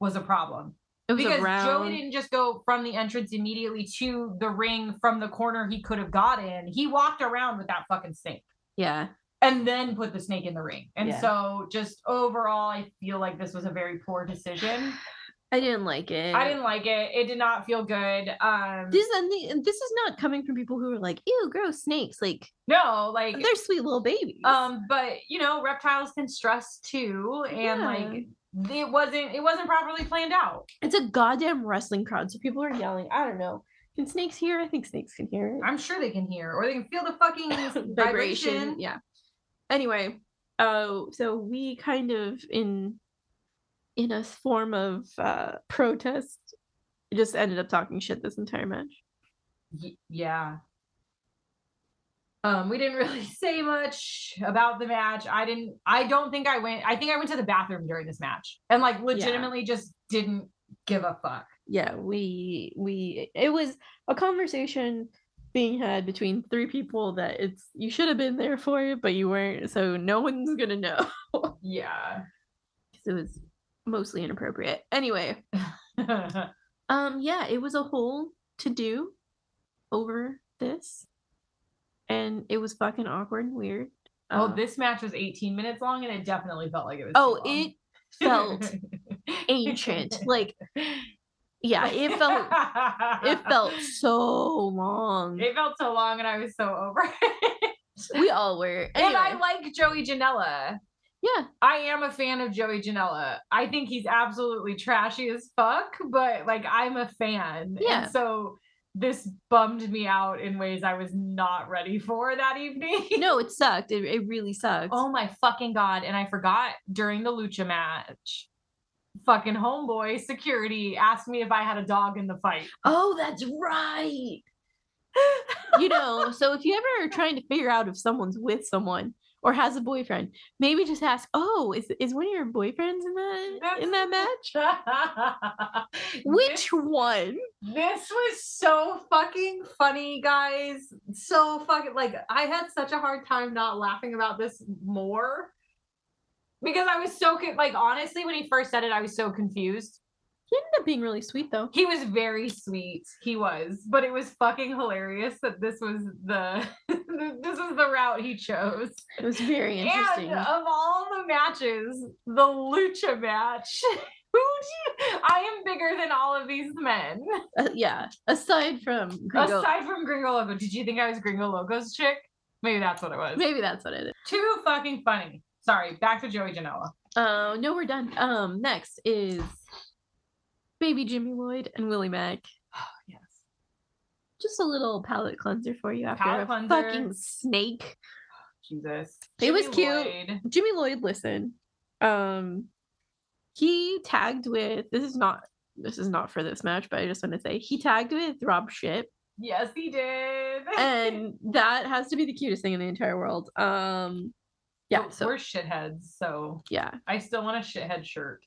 [SPEAKER 2] was a problem.
[SPEAKER 3] It was
[SPEAKER 2] Because
[SPEAKER 3] around.
[SPEAKER 2] Joey didn't just go from the entrance immediately to the ring from the corner he could have gotten. He walked around with that fucking snake.
[SPEAKER 3] yeah,
[SPEAKER 2] and then put the snake in the ring. And
[SPEAKER 3] Yeah.
[SPEAKER 2] so just overall, I feel like this was a very poor decision.
[SPEAKER 3] I didn't like it.
[SPEAKER 2] I didn't like it. It did not feel good. Um
[SPEAKER 3] This and the, and this is not coming from people who are like, ew, gross snakes. Like
[SPEAKER 2] no, like
[SPEAKER 3] they're sweet little babies.
[SPEAKER 2] um, but you know, reptiles can stress too. And
[SPEAKER 3] Yeah.
[SPEAKER 2] like it wasn't it wasn't properly planned out.
[SPEAKER 3] it's a goddamn wrestling crowd, so people are yelling. I don't know. Can snakes hear? I think snakes can hear.
[SPEAKER 2] I'm sure they can hear or they can feel the fucking vibration.
[SPEAKER 3] vibration. Yeah. Anyway, uh, so we kind of in in a form of uh protest just ended up talking shit this entire match.
[SPEAKER 2] Y- yeah. Um, we didn't really say much about the match. I didn't. I don't think I went. I think I went to the bathroom during this match, and like legitimately just didn't give a fuck.
[SPEAKER 3] Yeah, we we it was a conversation being had between three people that it's you should have been there for it, but you weren't, so no one's gonna know
[SPEAKER 2] Yeah.
[SPEAKER 3] 'cause it was mostly inappropriate. Anyway, Um, yeah, it was a whole to do over this, and it was fucking awkward and weird.
[SPEAKER 2] oh,
[SPEAKER 3] Uh,
[SPEAKER 2] this match was 18 minutes long, and it definitely felt like it was.
[SPEAKER 3] oh,
[SPEAKER 2] too long.
[SPEAKER 3] it felt ancient. Like, yeah, it felt it felt so long.
[SPEAKER 2] It felt so long, and I was so over it.
[SPEAKER 3] we all were.
[SPEAKER 2] And I
[SPEAKER 3] Anyway,
[SPEAKER 2] like Joey Janela.
[SPEAKER 3] yeah,
[SPEAKER 2] I am a fan of Joey Janela. I think he's absolutely trashy as fuck, but like I'm a fan.
[SPEAKER 3] Yeah.
[SPEAKER 2] And so this bummed me out in ways I was not ready for that evening.
[SPEAKER 3] no, it sucked. It, it really sucked.
[SPEAKER 2] Oh my fucking god. And I forgot during the lucha match, fucking homeboy security asked me if I had a dog in the fight.
[SPEAKER 3] Oh, that's right. you know, so if you ever are trying to figure out if someone's with someone or has a boyfriend, maybe just ask, "Oh, is is one of your boyfriends in that in that match?
[SPEAKER 2] This-
[SPEAKER 3] Which one?"
[SPEAKER 2] This was so fucking funny, guys. So fucking like I had such a hard time not laughing about this more because I was so con- like honestly when he first said it I was so confused.
[SPEAKER 3] He ended up being really sweet though.
[SPEAKER 2] He was very sweet. He was, but it was fucking hilarious that this was the this is the route he chose.
[SPEAKER 3] It was very
[SPEAKER 2] And
[SPEAKER 3] interesting.
[SPEAKER 2] of all the matches, the lucha match. Who do you, I am bigger than all of these men.
[SPEAKER 3] Uh, yeah, aside from Gringo,
[SPEAKER 2] Aside from Gringo Loco, did you think I was Gringo Loco's chick? Maybe that's what it was.
[SPEAKER 3] maybe that's what it is.
[SPEAKER 2] Too fucking funny. Sorry, back to Joey Janela.
[SPEAKER 3] Uh, no, we're done. Um, next is Baby Jimmy Lloyd and Willie Mack.
[SPEAKER 2] Yes.
[SPEAKER 3] Just a little palate cleanser for you after
[SPEAKER 2] Palate
[SPEAKER 3] a
[SPEAKER 2] cleanser.
[SPEAKER 3] fucking snake.
[SPEAKER 2] Jesus.
[SPEAKER 3] It was
[SPEAKER 2] Jimmy
[SPEAKER 3] cute.
[SPEAKER 2] Lloyd.
[SPEAKER 3] Jimmy Lloyd, listen. Um, he tagged with this is not this is not for this match, but I just want to say he tagged with Rob Ship,
[SPEAKER 2] Yes, he did.
[SPEAKER 3] and that has to be the cutest thing in the entire world. Um, yeah,
[SPEAKER 2] But
[SPEAKER 3] so
[SPEAKER 2] we're shitheads, so
[SPEAKER 3] yeah,
[SPEAKER 2] I still want a shithead shirt.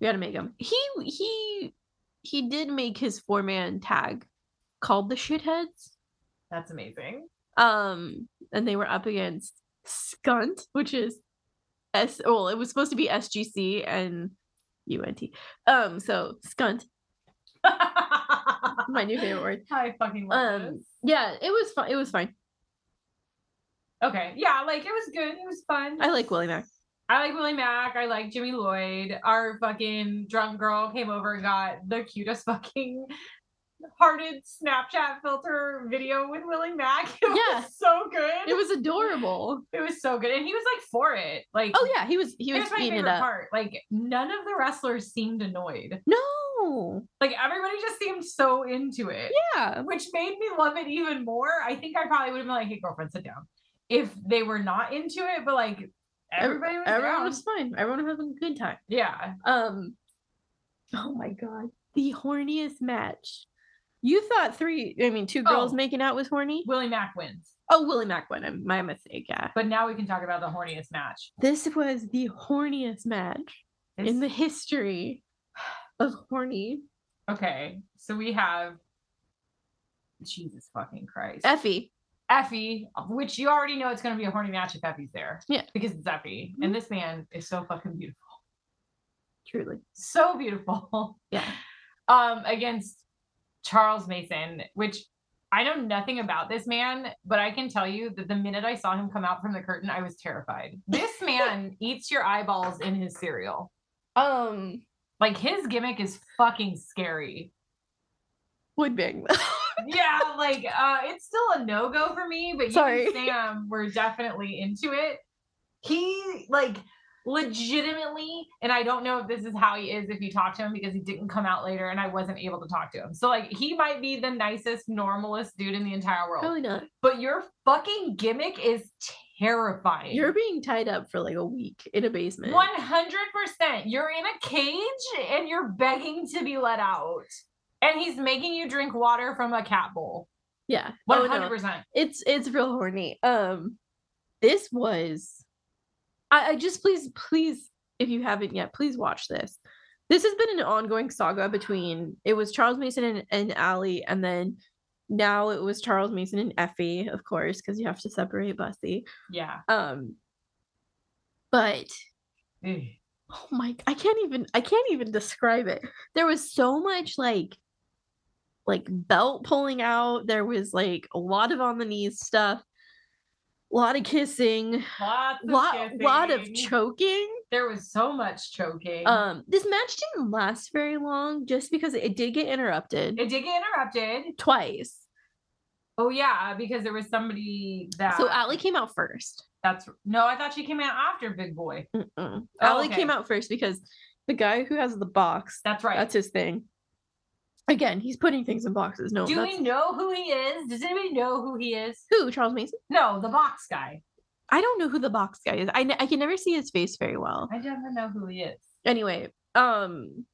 [SPEAKER 3] We gotta make him. He he he did make his four man tag called the shitheads.
[SPEAKER 2] That's amazing.
[SPEAKER 3] Um, and they were up against Skunt, which is S well, it was supposed to be SGC and UNT. Um, so Skunt,
[SPEAKER 2] I
[SPEAKER 3] my new favorite word.
[SPEAKER 2] fucking love
[SPEAKER 3] Um,
[SPEAKER 2] this.
[SPEAKER 3] Yeah, it was fun. It was fine.
[SPEAKER 2] Okay, yeah, like it was good. It was fun.
[SPEAKER 3] I like Willie Mack.
[SPEAKER 2] I like Willie Mack. I like Jimmy Lloyd. Our fucking drunk girl came over and got the cutest fucking hearted Snapchat filter video with Willie Mack. It
[SPEAKER 3] Yeah.
[SPEAKER 2] was so good.
[SPEAKER 3] It was adorable.
[SPEAKER 2] It was so good, and he was like for it. Like
[SPEAKER 3] Oh yeah, he was he was
[SPEAKER 2] here's my
[SPEAKER 3] eating
[SPEAKER 2] favorite
[SPEAKER 3] it up.
[SPEAKER 2] part. Like none of the wrestlers seemed annoyed.
[SPEAKER 3] No, know.
[SPEAKER 2] Like everybody just seemed so into it,
[SPEAKER 3] Yeah.
[SPEAKER 2] which made me love it even more. I think I probably would have been like, "Hey, girlfriend, sit down," if they were not into it. But like
[SPEAKER 3] Ev-
[SPEAKER 2] everybody was
[SPEAKER 3] Everyone
[SPEAKER 2] down.
[SPEAKER 3] was fine. Everyone was having a good time.
[SPEAKER 2] Yeah,
[SPEAKER 3] Um oh my god. The horniest match. You thought three, I mean two girls
[SPEAKER 2] Oh.
[SPEAKER 3] making out was horny?
[SPEAKER 2] Willie Mack wins.
[SPEAKER 3] Oh, Willie Mack won. I'm- My mistake, yeah.
[SPEAKER 2] But now we can talk about the horniest match
[SPEAKER 3] This was the horniest match in the
[SPEAKER 2] This-
[SPEAKER 3] history of horny.
[SPEAKER 2] okay, so we have Jesus fucking Christ.
[SPEAKER 3] Effie.
[SPEAKER 2] Effie, which you already know it's going to be a horny match if Effie's there.
[SPEAKER 3] Yeah. Mm-hmm.
[SPEAKER 2] Because it's Effie. And this man is so fucking beautiful.
[SPEAKER 3] Truly.
[SPEAKER 2] So beautiful.
[SPEAKER 3] Yeah.
[SPEAKER 2] Um, against Charles Mason, which I know nothing about this man, but I can tell you that the minute I saw him come out from the curtain, I was terrified. This man eats your eyeballs in his cereal.
[SPEAKER 3] Um
[SPEAKER 2] Like his gimmick is fucking scary.
[SPEAKER 3] Woodbang.
[SPEAKER 2] Oh. yeah, like uh it's still a no-go for me, but you
[SPEAKER 3] Sorry.
[SPEAKER 2] and Sam were definitely into it. He like legitimately, and I don't know if this is how he is if you talk to him because he didn't come out later and I wasn't able to talk to him. So like he might be the nicest, normalest dude in the entire world.
[SPEAKER 3] Probably not.
[SPEAKER 2] But your fucking gimmick is terrifying.
[SPEAKER 3] You're being tied up for like a week in a basement.
[SPEAKER 2] one hundred percent. You're in a cage and you're begging to be let out. And he's making you drink water from a cat bowl.
[SPEAKER 3] Yeah. Oh, no.
[SPEAKER 2] One hundred percent.
[SPEAKER 3] it's it's real horny um this was I, I just please please if you haven't yet please watch this this has been an ongoing saga between it was charles mason and, and Allie, and then now it was charles mason and effie of course because you have to separate bussy
[SPEAKER 2] Yeah.
[SPEAKER 3] um but oh my i can't even i can't even describe it there was so much like like belt pulling out there was like a lot of on the knees stuff a lot of kissing
[SPEAKER 2] Lots of
[SPEAKER 3] lot lot of
[SPEAKER 2] kissing.
[SPEAKER 3] choking
[SPEAKER 2] there was so much choking.
[SPEAKER 3] um this match didn't last very long just because it did get interrupted
[SPEAKER 2] it did get interrupted.
[SPEAKER 3] twice
[SPEAKER 2] Oh yeah, because there was somebody that
[SPEAKER 3] so Allie came out 1st
[SPEAKER 2] that's no, I thought she came out after Big Boy.
[SPEAKER 3] Mm-mm. Allie
[SPEAKER 2] Oh, okay.
[SPEAKER 3] came out first because the guy who has the box
[SPEAKER 2] That's right.
[SPEAKER 3] that's his thing again he's putting things in boxes no
[SPEAKER 2] Do
[SPEAKER 3] that's
[SPEAKER 2] we know who he is? Does anybody know who he is?
[SPEAKER 3] who charles mason
[SPEAKER 2] No, the box guy.
[SPEAKER 3] I don't know who the box guy is. I, ne- I can never see his face very well.
[SPEAKER 2] I don't know who he is.
[SPEAKER 3] Anyway, um,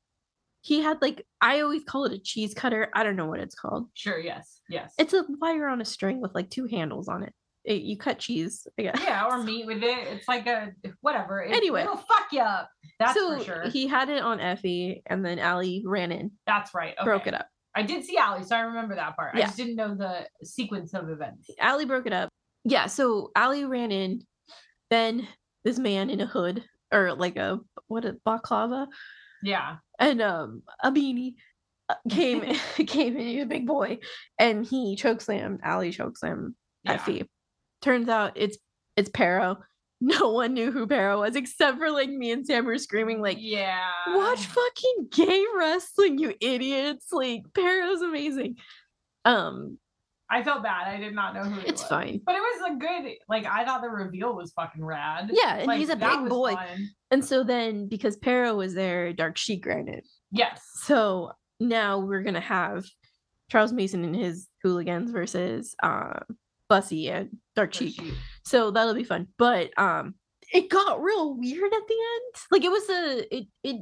[SPEAKER 3] he had like I always call it a cheese cutter. I don't know what it's called.
[SPEAKER 2] Sure, yes, yes.
[SPEAKER 3] It's a wire on a string with like two handles on it. It- you cut cheese. I guess.
[SPEAKER 2] yeah, or meat with it. It's like a whatever. It-
[SPEAKER 3] Anyway.
[SPEAKER 2] it'll fuck you up. That's
[SPEAKER 3] so
[SPEAKER 2] for sure.
[SPEAKER 3] he had it on Effie, and then Allie ran in,
[SPEAKER 2] that's right. Okay.
[SPEAKER 3] broke it up.
[SPEAKER 2] I did see Allie, so I remember that part. I
[SPEAKER 3] Yeah.
[SPEAKER 2] just didn't know the sequence of events.
[SPEAKER 3] Allie broke it up. Yeah. So Allie ran in. Then this man in a hood or like a what a baklava
[SPEAKER 2] Yeah.
[SPEAKER 3] and um a beanie uh, came came in. He was a big boy, and he chokeslammed Ali chokeslammed
[SPEAKER 2] yeah.
[SPEAKER 3] Effie. Turns out it's it's Pero. No one knew who Pero was except for like me and Sam were screaming like,
[SPEAKER 2] yeah.
[SPEAKER 3] "Watch fucking gay wrestling, you idiots!" Like Pero's amazing. Um,
[SPEAKER 2] I felt bad. I did not know who it
[SPEAKER 3] it's
[SPEAKER 2] was.
[SPEAKER 3] fine.
[SPEAKER 2] But it was a good like I thought the reveal was fucking rad.
[SPEAKER 3] Yeah, and
[SPEAKER 2] Like,
[SPEAKER 3] he's a
[SPEAKER 2] that
[SPEAKER 3] big
[SPEAKER 2] was
[SPEAKER 3] boy.
[SPEAKER 2] fun.
[SPEAKER 3] And so then because Pero was there, Dark Sheik ran in.
[SPEAKER 2] Yes.
[SPEAKER 3] So now we're gonna have Charles Mason and his hooligans versus uh, Bussy and Dark
[SPEAKER 2] So
[SPEAKER 3] Cheek.
[SPEAKER 2] she-
[SPEAKER 3] So that'll be fun. But um, it got real weird at the end. Like it was a it it,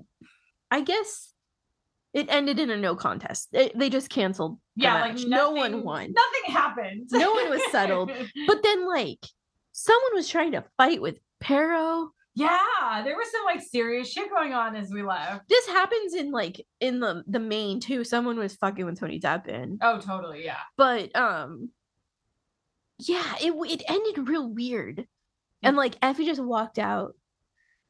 [SPEAKER 3] I guess it ended in a no contest. It, they just canceled. the
[SPEAKER 2] Yeah, like
[SPEAKER 3] match. no
[SPEAKER 2] nothing-
[SPEAKER 3] one won.
[SPEAKER 2] Nothing happened.
[SPEAKER 3] No one was settled, But then like someone was trying to fight with Pero.
[SPEAKER 2] yeah, there was some like serious shit going on as we left.
[SPEAKER 3] This happens in like in the the main too. Someone was fucking with Tony Deppen.
[SPEAKER 2] Oh, totally. Yeah.
[SPEAKER 3] but um yeah it w- it ended real weird
[SPEAKER 2] Hmm.
[SPEAKER 3] and like effie just walked out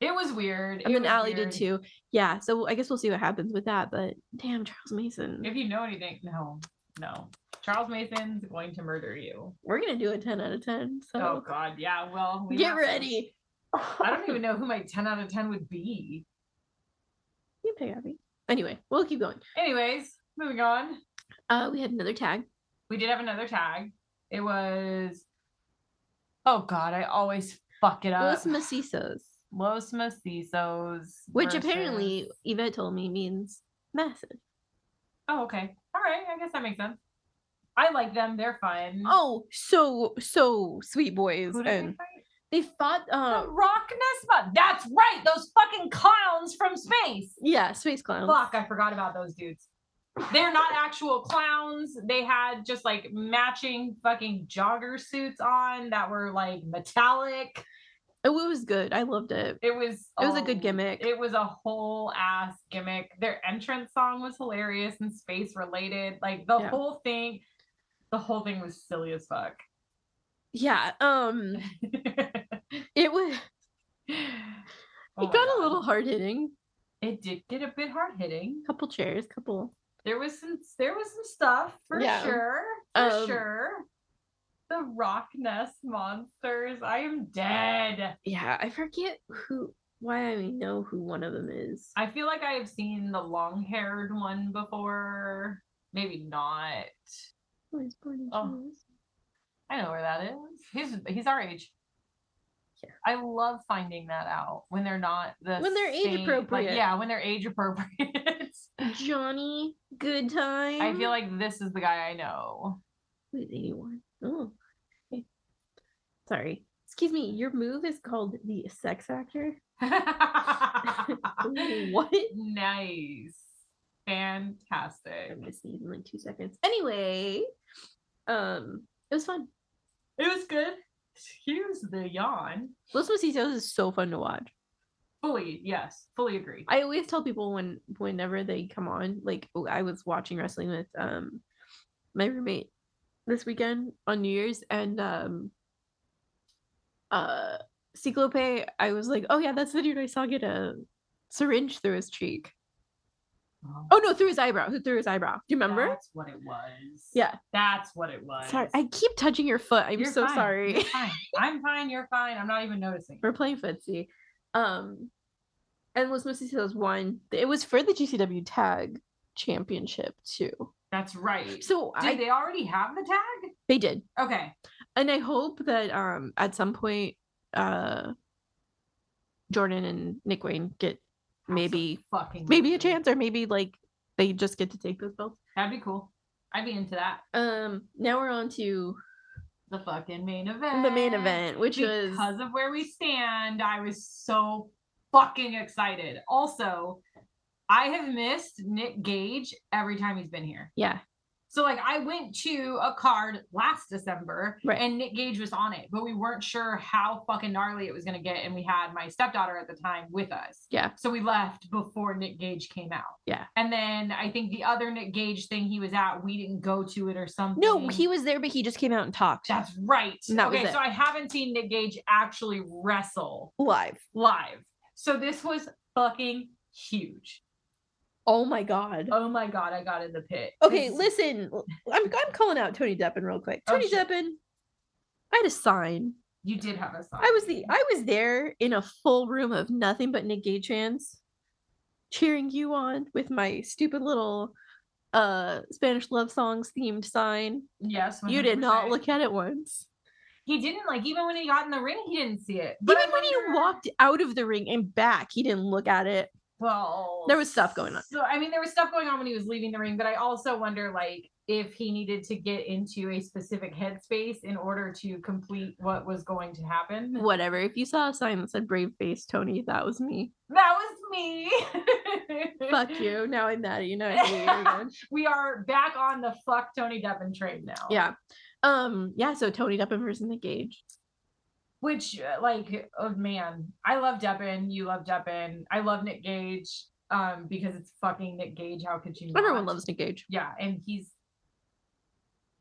[SPEAKER 2] It was weird.
[SPEAKER 3] and
[SPEAKER 2] it
[SPEAKER 3] then
[SPEAKER 2] was
[SPEAKER 3] Allie did
[SPEAKER 2] weird.
[SPEAKER 3] too yeah so i guess we'll see what happens with that but damn charles mason
[SPEAKER 2] If you know anything, no, no. Charles Mason's going to murder you.
[SPEAKER 3] we're gonna do a 10 out of 10 so
[SPEAKER 2] Oh God, yeah. Well, we
[SPEAKER 3] get
[SPEAKER 2] have to-
[SPEAKER 3] ready
[SPEAKER 2] I don't even know who my ten out of ten would be.
[SPEAKER 3] you pick effie anyway we'll keep going
[SPEAKER 2] Anyways, moving on.
[SPEAKER 3] uh we had another tag
[SPEAKER 2] we did have another tag. It was oh god, I always fuck it up.
[SPEAKER 3] los macisos
[SPEAKER 2] Los Macisos,
[SPEAKER 3] which
[SPEAKER 2] versus-
[SPEAKER 3] apparently yvette told me means massive
[SPEAKER 2] Oh, okay. All right. I guess that makes sense. I like them. They're fun.
[SPEAKER 3] Oh, so so sweet boys,
[SPEAKER 2] Hmm. Who did they
[SPEAKER 3] and
[SPEAKER 2] fight?
[SPEAKER 3] they fought. Um,
[SPEAKER 2] The Rock Nespa. That's right. Those fucking clowns from space.
[SPEAKER 3] yeah, space clowns.
[SPEAKER 2] Fuck, I forgot about those dudes. They're not actual clowns. They had just like matching fucking jogger suits on that were like metallic.
[SPEAKER 3] Oh, it was good. I loved it.
[SPEAKER 2] It was
[SPEAKER 3] It was a good gimmick.
[SPEAKER 2] It was a whole ass gimmick. Their entrance song was hilarious and space related. Like the
[SPEAKER 3] Yeah.
[SPEAKER 2] whole thing, the whole thing was silly as fuck.
[SPEAKER 3] Yeah. Um, it was.
[SPEAKER 2] Oh my
[SPEAKER 3] it got
[SPEAKER 2] God.
[SPEAKER 3] a little hard hitting.
[SPEAKER 2] It did get a bit hard hitting.
[SPEAKER 3] Couple chairs, couple.
[SPEAKER 2] There was some there was some stuff for
[SPEAKER 3] Yeah.
[SPEAKER 2] sure. For
[SPEAKER 3] Um,
[SPEAKER 2] sure. The rock nest monsters. I am dead.
[SPEAKER 3] Yeah, I forget who. Why I know who one of them is.
[SPEAKER 2] I feel like I have seen the long haired one before. Maybe not.
[SPEAKER 3] Who was born in
[SPEAKER 2] Oh.
[SPEAKER 3] June's?
[SPEAKER 2] I know where that is. He's he's our age.
[SPEAKER 3] Yeah.
[SPEAKER 2] I love finding that out when they're not the
[SPEAKER 3] When they're age
[SPEAKER 2] same- like,
[SPEAKER 3] appropriate.
[SPEAKER 2] yeah, when they're age appropriate.
[SPEAKER 3] Johnny Good Time.
[SPEAKER 2] I feel like this is the guy I know.
[SPEAKER 3] Wait, 81. Oh. okay. Sorry. Excuse me, your move is called the sex actor? What?
[SPEAKER 2] Nice. Fantastic.
[SPEAKER 3] I'm gonna sneeze in like two seconds. Anyway, um, it was fun.
[SPEAKER 2] It was good. Here's the yawn.
[SPEAKER 3] Los Mestizo's is so fun to watch.
[SPEAKER 2] Fully, yes, fully agree.
[SPEAKER 3] I always tell people when whenever they come on, like oh, I was watching wrestling with um my roommate this weekend on New Year's and um uh Ciclope, I was like, Oh yeah, that's the dude I saw get a syringe through his cheek. Oh no, through his eyebrow. Who threw his eyebrow? Do you remember?
[SPEAKER 2] That's what it was.
[SPEAKER 3] Yeah.
[SPEAKER 2] That's what it was.
[SPEAKER 3] Sorry. I keep touching your foot. I'm
[SPEAKER 2] You're
[SPEAKER 3] so
[SPEAKER 2] fine.
[SPEAKER 3] sorry.
[SPEAKER 2] You're fine. I'm fine. You're fine. I'm not even noticing.
[SPEAKER 3] We're playing footsie. Um and Los Mestizo's won. It was for the GCW tag championship too.
[SPEAKER 2] That's right.
[SPEAKER 3] So
[SPEAKER 2] Did
[SPEAKER 3] I
[SPEAKER 2] they already have the tag?
[SPEAKER 3] they did.
[SPEAKER 2] Okay.
[SPEAKER 3] and I hope that um at some point uh Jordan and Nick Wayne get Maybe-
[SPEAKER 2] Fucking
[SPEAKER 3] maybe a
[SPEAKER 2] movie.
[SPEAKER 3] chance or maybe like they just get to take those belts.
[SPEAKER 2] That'd be cool. I'd be into that.
[SPEAKER 3] Um now we're on to
[SPEAKER 2] The fucking main event.
[SPEAKER 3] the main event, which
[SPEAKER 2] because
[SPEAKER 3] was
[SPEAKER 2] of where we stand, I was so fucking excited. Also, I have missed Nick Gage every time he's been here.
[SPEAKER 3] yeah,
[SPEAKER 2] So like I went to a card last December
[SPEAKER 3] Right.
[SPEAKER 2] and Nick Gage was on it, but we weren't sure how fucking gnarly it was gonna get. And we had my stepdaughter at the time with us.
[SPEAKER 3] Yeah.
[SPEAKER 2] So we left before Nick Gage came out.
[SPEAKER 3] Yeah.
[SPEAKER 2] And then I think the other Nick Gage thing he was at, we didn't go to it or something.
[SPEAKER 3] no, he was there, but he just came out and talked
[SPEAKER 2] that's right.
[SPEAKER 3] And that was
[SPEAKER 2] okay,
[SPEAKER 3] it.
[SPEAKER 2] so I haven't seen Nick Gage actually wrestle
[SPEAKER 3] live.
[SPEAKER 2] live. So this was fucking huge.
[SPEAKER 3] Oh my god.
[SPEAKER 2] Oh my god, I got in the pit.
[SPEAKER 3] Oh, Okay,
[SPEAKER 2] This-
[SPEAKER 3] listen, l- I'm I'm calling out Tony Deppen real quick.
[SPEAKER 2] Oh,
[SPEAKER 3] Tony
[SPEAKER 2] shit.
[SPEAKER 3] Deppen, I had a sign.
[SPEAKER 2] You did have a song.
[SPEAKER 3] I was the I was there in a full room of nothing but Nick Gage fans, cheering you on with my stupid little uh Spanish love songs themed sign.
[SPEAKER 2] yes.
[SPEAKER 3] You did not
[SPEAKER 2] 100%.
[SPEAKER 3] look at it once.
[SPEAKER 2] He didn't like even when he got in the ring, he didn't see it. But
[SPEAKER 3] Even
[SPEAKER 2] I
[SPEAKER 3] when he
[SPEAKER 2] wonder-
[SPEAKER 3] walked out of the ring and back, he didn't look at it.
[SPEAKER 2] well,
[SPEAKER 3] there was stuff going on.
[SPEAKER 2] So I mean, there was stuff going on when he was leaving the ring, but I also wonder like if he needed to get into a specific headspace in order to complete what was going to happen.
[SPEAKER 3] Whatever. If you saw a sign that said brave face Tony, that was me.
[SPEAKER 2] That was me.
[SPEAKER 3] Fuck you. Now I'm mad at you. Now I hate you again.
[SPEAKER 2] We are back on the fuck Tony Devon train now.
[SPEAKER 3] Yeah. Um, yeah, so Tony Deppen versus Nick Gage.
[SPEAKER 2] which uh, like oh man i love deppin you love deppin i love nick gage um because it's fucking nick gage how could you not?
[SPEAKER 3] Everyone loves Nick Gage.
[SPEAKER 2] yeah and he's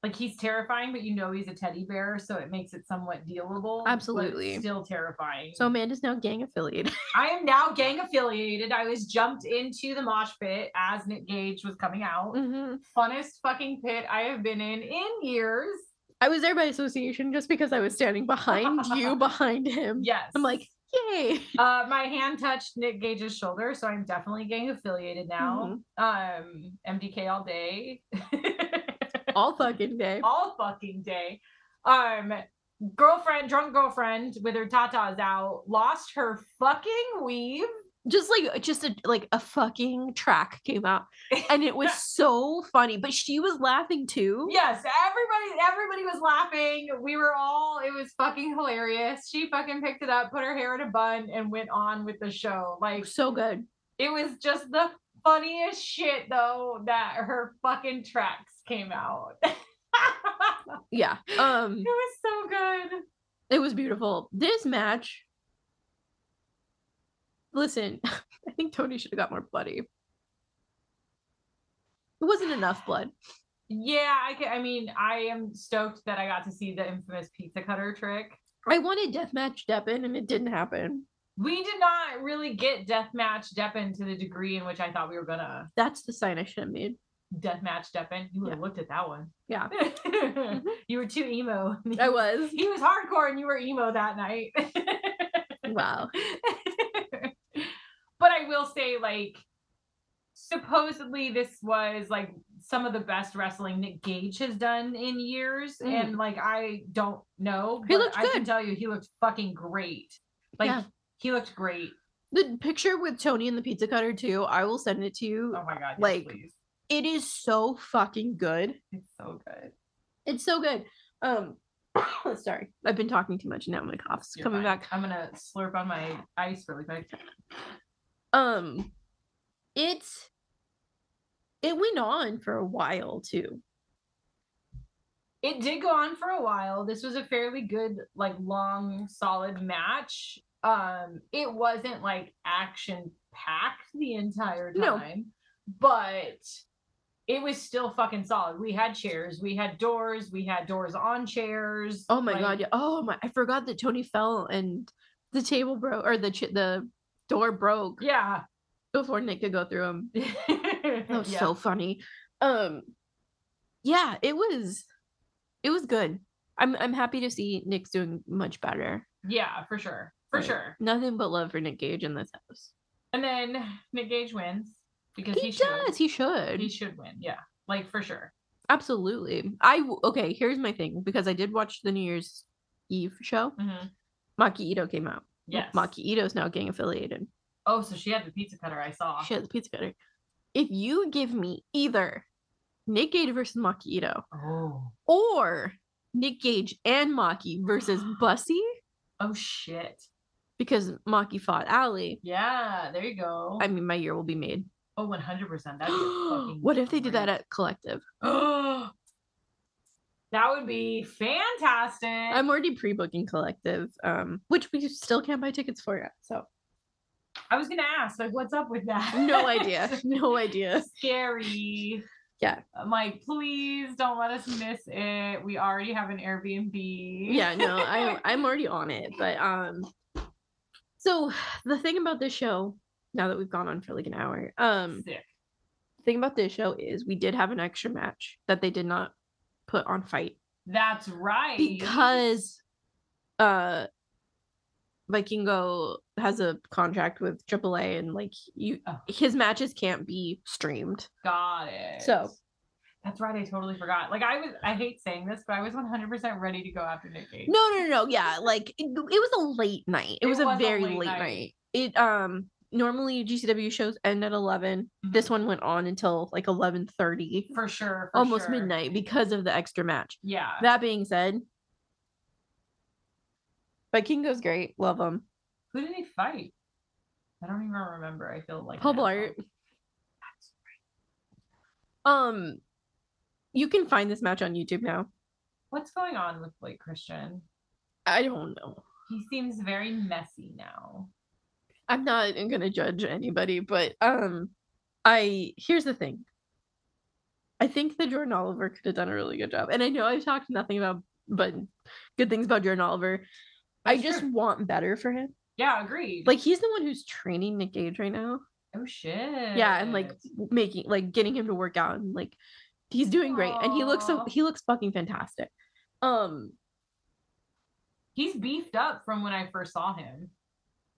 [SPEAKER 2] like he's terrifying but you know he's a teddy bear so it makes it somewhat dealable but it's
[SPEAKER 3] Absolutely.
[SPEAKER 2] still terrifying
[SPEAKER 3] So Amanda's now gang affiliated.
[SPEAKER 2] i am now gang affiliated i was jumped into the mosh pit as nick gage was coming out
[SPEAKER 3] Mhm.
[SPEAKER 2] funnest fucking pit i have been in in years
[SPEAKER 3] I was there by association just because I was standing behind you, behind him.
[SPEAKER 2] yes
[SPEAKER 3] I'm like, yay.
[SPEAKER 2] uh my hand touched nick gage's shoulder so i'm definitely gang affiliated now
[SPEAKER 3] Mm-hmm.
[SPEAKER 2] um mdk all day
[SPEAKER 3] All fucking day.
[SPEAKER 2] all fucking day um girlfriend drunk girlfriend with her tatas out lost her fucking weave
[SPEAKER 3] just like just a like a fucking track came out and it was so funny but she was laughing too
[SPEAKER 2] Yes, everybody everybody was laughing. We were all it was fucking hilarious. She fucking picked it up, put her hair in a bun and went on with the show. Like
[SPEAKER 3] so good
[SPEAKER 2] it was just the funniest shit though that her fucking tracks came out. it
[SPEAKER 3] yeah um
[SPEAKER 2] was so good.
[SPEAKER 3] it was beautiful this match listen i think tony should have got more bloody it wasn't enough blood
[SPEAKER 2] Yeah, I can, I mean, I am stoked that I got to see the infamous pizza cutter trick.
[SPEAKER 3] i wanted deathmatch deppin and it didn't happen
[SPEAKER 2] We did not really get deathmatch Deppin to the degree in which I thought we were gonna
[SPEAKER 3] that's the sign i should have made
[SPEAKER 2] deathmatch Deppin. You would have looked at that one.
[SPEAKER 3] yeah Mm-hmm.
[SPEAKER 2] you were too emo.
[SPEAKER 3] i was
[SPEAKER 2] he was hardcore and you were emo that night.
[SPEAKER 3] wow
[SPEAKER 2] but I will say, like, supposedly this was like some of the best wrestling Nick Gage has done in years.
[SPEAKER 3] Mm.
[SPEAKER 2] And like, I don't know.
[SPEAKER 3] He
[SPEAKER 2] but
[SPEAKER 3] looked
[SPEAKER 2] I can
[SPEAKER 3] good.
[SPEAKER 2] tell you, he looked fucking great. Like,
[SPEAKER 3] Yeah.
[SPEAKER 2] he looked great.
[SPEAKER 3] the picture with tony and the pizza cutter too i will send it to you
[SPEAKER 2] Oh my God. Yes,
[SPEAKER 3] Like-
[SPEAKER 2] please.
[SPEAKER 3] it is so fucking good
[SPEAKER 2] It's so good.
[SPEAKER 3] It's so good. Um, sorry, I've been talking too much now. My cough's
[SPEAKER 2] You're
[SPEAKER 3] coming
[SPEAKER 2] fine.
[SPEAKER 3] back.
[SPEAKER 2] I'm gonna slurp on my ice really quick.
[SPEAKER 3] Um, it's it went on for a while too.
[SPEAKER 2] it did go on for a while this was a fairly good like long solid match um it wasn't like action packed the entire
[SPEAKER 3] No.
[SPEAKER 2] time but it was still fucking solid we had chairs we had doors we had doors on chairs
[SPEAKER 3] Oh my
[SPEAKER 2] like,
[SPEAKER 3] god! Yeah. Oh my! I forgot that Tony fell and the table broke or the ch- the door broke
[SPEAKER 2] yeah
[SPEAKER 3] before Nick could go through him. That was
[SPEAKER 2] Yeah.
[SPEAKER 3] so funny. Um, yeah, it was it was good. I'm I'm happy to see Nick's doing much better.
[SPEAKER 2] yeah for sure for
[SPEAKER 3] Like,
[SPEAKER 2] sure
[SPEAKER 3] Nothing but love for Nick Gage in this house.
[SPEAKER 2] and then nick gage wins because
[SPEAKER 3] He,
[SPEAKER 2] he,
[SPEAKER 3] does. He
[SPEAKER 2] should
[SPEAKER 3] should.
[SPEAKER 2] he should win yeah like for sure
[SPEAKER 3] Absolutely. I w- okay, here's my thing because I did watch the New Year's Eve show.
[SPEAKER 2] Mhm.
[SPEAKER 3] Maki Ito came out. M-
[SPEAKER 2] yes
[SPEAKER 3] Maki Ito is now gang affiliated.
[SPEAKER 2] oh so she had the pizza cutter i saw
[SPEAKER 3] She has a pizza cutter. If you give me either Nick Gage versus Maki Ito
[SPEAKER 2] oh
[SPEAKER 3] or Nick Gage and Maki versus Bussy
[SPEAKER 2] Oh shit.
[SPEAKER 3] because Maki fought Allie,
[SPEAKER 2] Yeah, there you go.
[SPEAKER 3] I mean, my year will be made.
[SPEAKER 2] oh, 100. percent That'd be a fucking
[SPEAKER 3] what if they did that
[SPEAKER 2] great-
[SPEAKER 3] at Collective?
[SPEAKER 2] that would be fantastic.
[SPEAKER 3] I'm already pre booking Collective, um, which we still can't buy tickets for yet. So,
[SPEAKER 2] I was gonna ask, like, what's up with that?
[SPEAKER 3] no idea. No idea.
[SPEAKER 2] Scary.
[SPEAKER 3] Yeah.
[SPEAKER 2] I'm like, please don't let us miss it. We already have an Airbnb.
[SPEAKER 3] yeah no i i'm already on it but um so the thing about this show now that we've gone on for like an hour um
[SPEAKER 2] Sick.
[SPEAKER 3] the thing about this show is we did have an extra match that they did not put on fight
[SPEAKER 2] That's right.
[SPEAKER 3] because uh vikingo has a contract with aaa and like you
[SPEAKER 2] Oh.
[SPEAKER 3] his matches can't be streamed
[SPEAKER 2] Got it.
[SPEAKER 3] So-
[SPEAKER 2] That's right. I totally forgot. Like I was, I hate saying this, but I was 100% ready to go after Nick Cage.
[SPEAKER 3] no no no, no yeah like it, it was a late night it,
[SPEAKER 2] It
[SPEAKER 3] was, a
[SPEAKER 2] was a
[SPEAKER 3] very
[SPEAKER 2] late
[SPEAKER 3] late
[SPEAKER 2] night.
[SPEAKER 3] night. it um normally gcw shows end at 11 this one went on until like 11 30
[SPEAKER 2] for sure. Mm-hmm. for
[SPEAKER 3] almost
[SPEAKER 2] sure.
[SPEAKER 3] midnight because of the extra match
[SPEAKER 2] Yeah.
[SPEAKER 3] that being said vikingo's great love him
[SPEAKER 2] Who did he fight? I don't even remember. I feel like
[SPEAKER 3] paul
[SPEAKER 2] an asshole.
[SPEAKER 3] blart um you can find this match on youtube now
[SPEAKER 2] What's going on with Blake Christian?
[SPEAKER 3] i don't know
[SPEAKER 2] He seems very messy now.
[SPEAKER 3] i'm not gonna judge anybody but um i here's the thing i think that jordan oliver could have done a really good job and i know i've talked nothing about but good things about jordan oliver i
[SPEAKER 2] That's
[SPEAKER 3] just
[SPEAKER 2] true.
[SPEAKER 3] want better for him
[SPEAKER 2] yeah, agreed.
[SPEAKER 3] like he's the one who's training Nick Gage right now.
[SPEAKER 2] oh shit.
[SPEAKER 3] Yeah, and like w- making like getting him to work out and like he's doing great and he looks so
[SPEAKER 2] Aw.
[SPEAKER 3] he looks fucking fantastic. Um
[SPEAKER 2] he's beefed up from when I first saw him.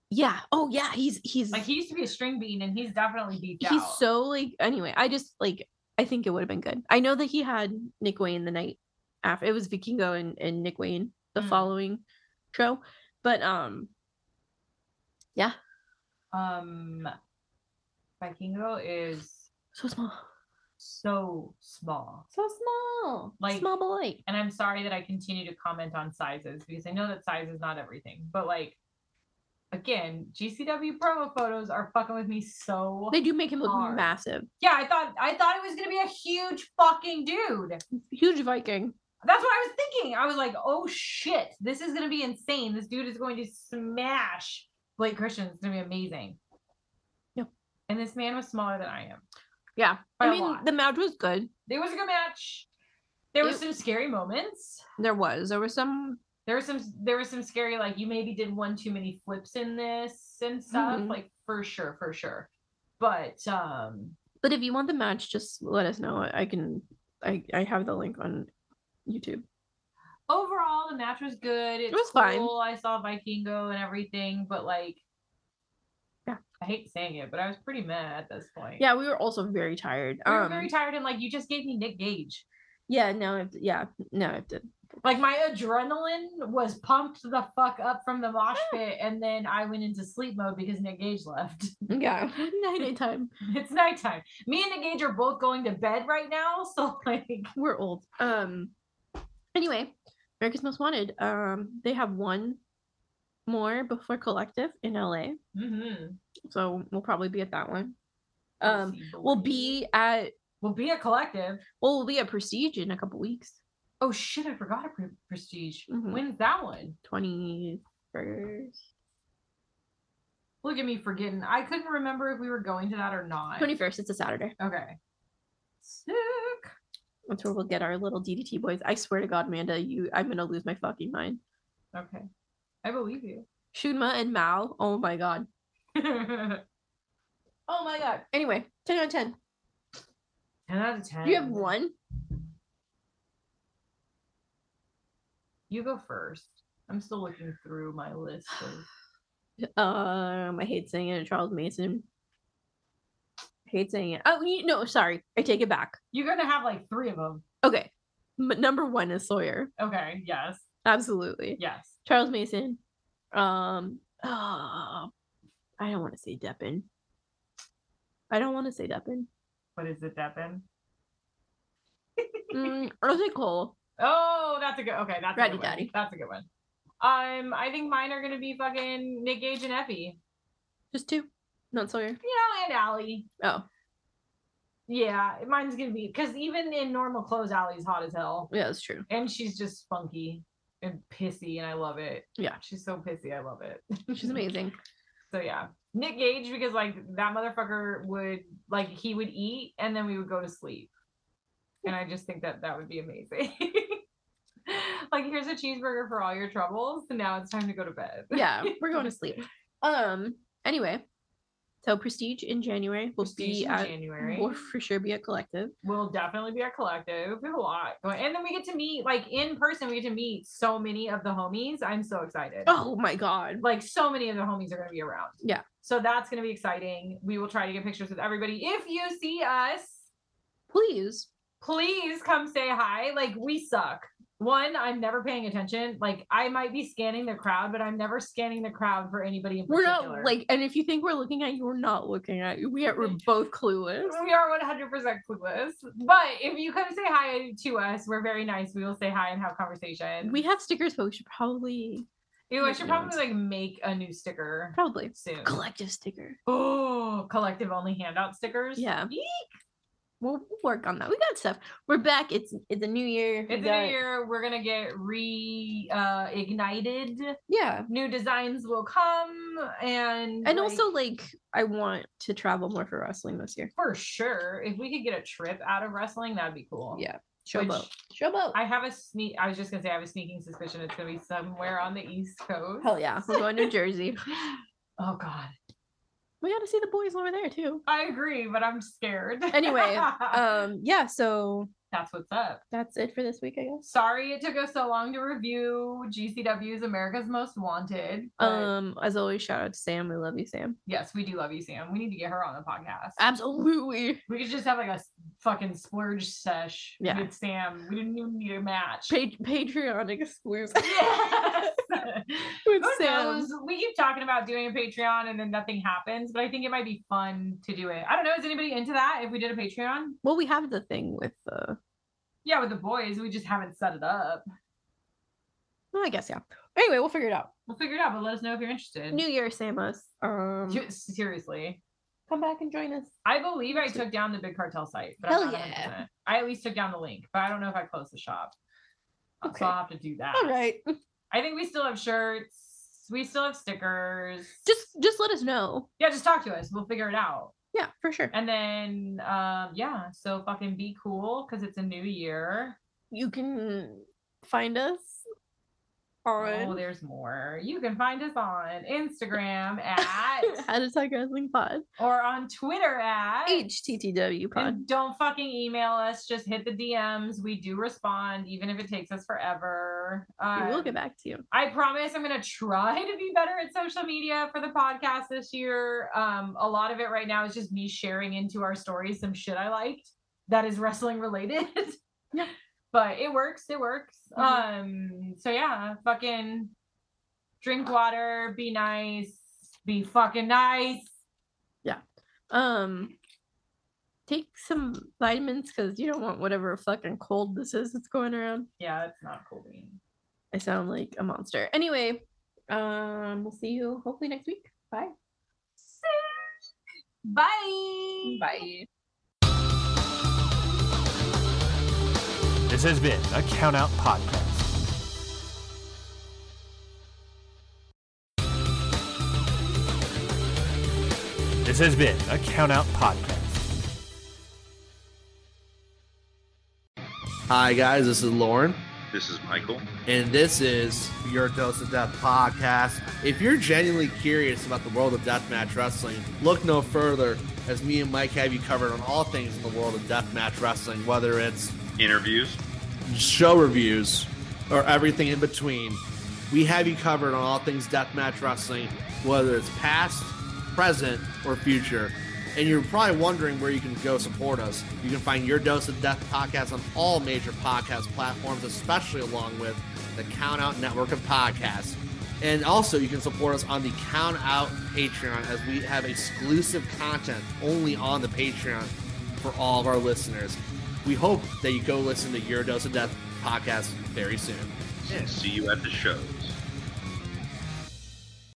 [SPEAKER 3] yeah. Oh yeah, he's he's
[SPEAKER 2] Like he used to be a string bean, and he's definitely beefed
[SPEAKER 3] he's
[SPEAKER 2] out.
[SPEAKER 3] so like anyway, I just like I think it would have been good. I know that he had Nick Wayne the night after it was Vikingo and, and Nick Wayne the
[SPEAKER 2] Mm.
[SPEAKER 3] following show. But um yeah.
[SPEAKER 2] Um, Vikingo is
[SPEAKER 3] So small.
[SPEAKER 2] so small.
[SPEAKER 3] So small.
[SPEAKER 2] Like-
[SPEAKER 3] small boy.
[SPEAKER 2] And I'm sorry that I continue to comment on sizes because I know that size is not everything. But like, again, GCW promo photos are fucking with me so.
[SPEAKER 3] They do make him look
[SPEAKER 2] oh, hard.
[SPEAKER 3] massive.
[SPEAKER 2] Yeah, I thought I thought it was gonna be a huge fucking dude.
[SPEAKER 3] Huge Viking.
[SPEAKER 2] That's what I was thinking. I was like, oh shit, this is gonna be insane. This dude is going to smash Blake Christian. It's gonna be amazing.
[SPEAKER 3] Yep.
[SPEAKER 2] And this man was smaller than I am.
[SPEAKER 3] Yeah.
[SPEAKER 2] By a
[SPEAKER 3] I mean,
[SPEAKER 2] lot.
[SPEAKER 3] the match was good.
[SPEAKER 2] There was a good match. There were
[SPEAKER 3] It-
[SPEAKER 2] some scary moments.
[SPEAKER 3] There was. There was some.
[SPEAKER 2] There were some there was some scary, like you maybe did one too many flips in this and stuff.
[SPEAKER 3] Mhm.
[SPEAKER 2] Like for sure, for sure. But um
[SPEAKER 3] But if you want the match, just let us know. I can. I I have the link on YouTube.
[SPEAKER 2] overall the match was good. It's
[SPEAKER 3] was fine.
[SPEAKER 2] cool. I saw Vikingo and everything, but like
[SPEAKER 3] Yeah.
[SPEAKER 2] I hate saying it, but I was pretty mad at this point.
[SPEAKER 3] Yeah, we were also very tired.
[SPEAKER 2] We
[SPEAKER 3] um.
[SPEAKER 2] were very tired and like you just gave me Nick Gage.
[SPEAKER 3] yeah. No. I, yeah. No. I did.
[SPEAKER 2] Like my adrenaline was pumped the fuck up from the mosh pit, and then I went into sleep mode because Nick Gage left.
[SPEAKER 3] Yeah. Night night time.
[SPEAKER 2] it's nighttime. Me and Nick Gage are both going to bed right now, so like
[SPEAKER 3] We're old. Um. Anyway, America's Most Wanted. Um. They have one more before Collective in LA,
[SPEAKER 2] mhm.
[SPEAKER 3] so we'll probably be at that one.
[SPEAKER 2] We'll
[SPEAKER 3] Um.
[SPEAKER 2] see,
[SPEAKER 3] We'll
[SPEAKER 2] boys.
[SPEAKER 3] be at.
[SPEAKER 2] we'll be a collective.
[SPEAKER 3] Well, we'll be at Prestige in a couple weeks.
[SPEAKER 2] Oh shit! I forgot a pre- prestige.
[SPEAKER 3] Mhm.
[SPEAKER 2] When's that one?
[SPEAKER 3] Twenty first.
[SPEAKER 2] Look at me forgetting. I couldn't remember if we were going to that or not.
[SPEAKER 3] Twenty first. It's a Saturday.
[SPEAKER 2] okay. Sick.
[SPEAKER 3] That's where we'll get our little DDT boys. I swear to God, Amanda, you, I'm gonna lose my fucking mind.
[SPEAKER 2] Okay. I believe you.
[SPEAKER 3] Shunma and Mal. Oh my God.
[SPEAKER 2] oh my god.
[SPEAKER 3] Anyway, ten out of ten.
[SPEAKER 2] 10 out of 10.
[SPEAKER 3] You have one.
[SPEAKER 2] You go first. I'm still looking through my list. Of...
[SPEAKER 3] Um, I hate saying it. Charles Mason. I hate saying it. Oh you, no, sorry. I take it back.
[SPEAKER 2] You're going to have like three of them.
[SPEAKER 3] Okay, M- number one is Sawyer.
[SPEAKER 2] Okay. Yes.
[SPEAKER 3] Absolutely.
[SPEAKER 2] Yes.
[SPEAKER 3] Charles Mason. Um, oh, I don't want to say Deppin. I don't want to say Deppin.
[SPEAKER 2] What is it, Devin?
[SPEAKER 3] Mm, I'll say Cole.
[SPEAKER 2] Oh, that's a good. Okay. That's
[SPEAKER 3] Ratty
[SPEAKER 2] a good one.
[SPEAKER 3] Daddy.
[SPEAKER 2] That's a good one. Um, I think mine are going to be fucking Nick Gage and Effie.
[SPEAKER 3] Just two. Not Sawyer.
[SPEAKER 2] You know, and Allie.
[SPEAKER 3] Oh,
[SPEAKER 2] Yeah. Mine's going to be because even in normal clothes, Allie's hot as hell.
[SPEAKER 3] yeah, that's true.
[SPEAKER 2] And she's just spunky and pissy, and I love it.
[SPEAKER 3] Yeah.
[SPEAKER 2] She's so pissy. I love it.
[SPEAKER 3] She's amazing.
[SPEAKER 2] So yeah, Nick Gage because like that motherfucker would like he would eat and then we would go to sleep, and I just think that that would be amazing. like here's a cheeseburger for all your troubles. And now it's time to go to bed.
[SPEAKER 3] Yeah, we're going to sleep. Um. Anyway, so Prestige in January will
[SPEAKER 2] Prestige
[SPEAKER 3] be
[SPEAKER 2] in
[SPEAKER 3] at.
[SPEAKER 2] January.
[SPEAKER 3] Will for sure be at Collective.
[SPEAKER 2] We'll definitely be our collective. We have a lot going, and then we get to meet like in person. We get to meet so many of the homies. I'm so excited.
[SPEAKER 3] Oh my God.
[SPEAKER 2] like so many of the homies are going to be around.
[SPEAKER 3] Yeah.
[SPEAKER 2] So that's going to be exciting. We will try to get pictures with everybody. If you see us,
[SPEAKER 3] Please.
[SPEAKER 2] please come say hi. Like we suck. One, I'm never paying attention. Like I might be scanning the crowd, but I'm never scanning the crowd for anybody in
[SPEAKER 3] We're
[SPEAKER 2] particular.
[SPEAKER 3] not like, and if you think we're looking at you, we're not looking at you. We are, we're both clueless.
[SPEAKER 2] we are 100% clueless. But if you come say hi to us, we're very nice. We will say hi and have conversation.
[SPEAKER 3] We have stickers, but we should probably,
[SPEAKER 2] Ew, I
[SPEAKER 3] make
[SPEAKER 2] should
[SPEAKER 3] new
[SPEAKER 2] probably
[SPEAKER 3] ones.
[SPEAKER 2] like make a new sticker
[SPEAKER 3] probably
[SPEAKER 2] soon.
[SPEAKER 3] collective sticker.
[SPEAKER 2] oh, collective only handout stickers.
[SPEAKER 3] Yeah.
[SPEAKER 2] Yee.
[SPEAKER 3] We'll we'll work on that. We got stuff. We're back. It's it's a new year. We
[SPEAKER 2] It's a
[SPEAKER 3] got-
[SPEAKER 2] new year. We're gonna get re uh ignited.
[SPEAKER 3] Yeah.
[SPEAKER 2] New designs will come and like,
[SPEAKER 3] And also like I want to travel more for wrestling this year.
[SPEAKER 2] for sure. If we could get a trip out of wrestling, that'd be cool.
[SPEAKER 3] Yeah.
[SPEAKER 2] Which
[SPEAKER 3] Showboat. Showboat.
[SPEAKER 2] I have a sneak. I was just gonna say I have a sneaking suspicion it's gonna be somewhere on the East Coast.
[SPEAKER 3] Hell yeah. We're going to Jersey.
[SPEAKER 2] Oh God,
[SPEAKER 3] We gotta see the boys over there too.
[SPEAKER 2] I agree, but I'm scared.
[SPEAKER 3] uh, Anyway, Um yeah, so
[SPEAKER 2] that's what's up.
[SPEAKER 3] That's it for this week, I guess.
[SPEAKER 2] Sorry it took us so long to review GCW's America's Most Wanted. but
[SPEAKER 3] Um, as always, shout out to Sam. We love you, Sam.
[SPEAKER 2] yes, we do love you, Sam. We need to get her on the podcast.
[SPEAKER 3] Absolutely.
[SPEAKER 2] we could just have like a s- fucking splurge sesh
[SPEAKER 3] Yeah.
[SPEAKER 2] with Sam. We didn't even need a match.
[SPEAKER 3] Pa- Patreon exclusive
[SPEAKER 2] Yes.
[SPEAKER 3] with
[SPEAKER 2] Who
[SPEAKER 3] Sam.
[SPEAKER 2] knows? We keep talking about doing a Patreon and then nothing happens, but I think it might be fun to do it. I don't know. Is anybody into that? If we did a Patreon,
[SPEAKER 3] Well, we have the thing with uh
[SPEAKER 2] yeah, with the boys, we just haven't set it up.
[SPEAKER 3] well, I guess yeah. Anyway, we'll figure it out.
[SPEAKER 2] We'll figure it out, but let us know if you're interested.
[SPEAKER 3] New Year, Samus. Um,
[SPEAKER 2] Ju- Seriously,
[SPEAKER 3] come back and join us.
[SPEAKER 2] I believe I took down the Big Cartel site, but
[SPEAKER 3] Hell
[SPEAKER 2] I'm not
[SPEAKER 3] yeah.
[SPEAKER 2] 100%. I at least took down the link, but I don't know if I closed the shop. Uh,
[SPEAKER 3] Okay.
[SPEAKER 2] So I'll have to do that.
[SPEAKER 3] All right.
[SPEAKER 2] I think we still have shirts. We still have stickers.
[SPEAKER 3] Just just let us know.
[SPEAKER 2] yeah, just talk to us. We'll figure it out.
[SPEAKER 3] Yeah, for sure.
[SPEAKER 2] And then um yeah, so fucking be cool because it's a new year.
[SPEAKER 3] You can find us on
[SPEAKER 2] Oh, there's more. You can find us on Instagram at
[SPEAKER 3] How to Talk Wrestling Pod.
[SPEAKER 2] or on Twitter at
[SPEAKER 3] HTTW Pod.
[SPEAKER 2] and don't fucking email us. Just hit the DMs. We do respond, even if it takes us forever. Um,
[SPEAKER 3] we will get back to you.
[SPEAKER 2] I promise I'm going to try to be better at social media for the podcast this year. Um, a lot of it right now is just me sharing into our stories some shit I liked that is wrestling related.
[SPEAKER 3] Yeah.
[SPEAKER 2] But it works. It works.
[SPEAKER 3] Mhm.
[SPEAKER 2] Um, so yeah, fucking drink water, be nice, be fucking nice.
[SPEAKER 3] Um, take some vitamins because you don't want whatever fucking cold this is that's going around.
[SPEAKER 2] Yeah, it's not cool being.
[SPEAKER 3] I sound like a monster. Anyway, um, we'll see you hopefully next week. Bye.
[SPEAKER 2] Bye.
[SPEAKER 3] Bye.
[SPEAKER 1] This has been a Count Out Podcast. This has been a Count Out Podcast.
[SPEAKER 4] Hi, guys. This is Lauren,
[SPEAKER 5] This is Michael.
[SPEAKER 4] and this is your Dose of Death podcast. If you're genuinely curious about the world of deathmatch wrestling, look no further as me and Mike have you covered on all things in the world of deathmatch wrestling, whether it's
[SPEAKER 5] Interviews.
[SPEAKER 4] show reviews or everything in between. We have you covered on all things deathmatch wrestling, whether it's past, present, or future. And you're probably wondering where you can go support us. You can find your dose of death podcast on all major podcast platforms, especially along with the Count Out Network of Podcasts. And also, you can support us on the Count Out Patreon as we have exclusive content only on the Patreon for all of our listeners. We hope that you go listen to Your Dose of Death podcast very soon.
[SPEAKER 5] And see you at the shows.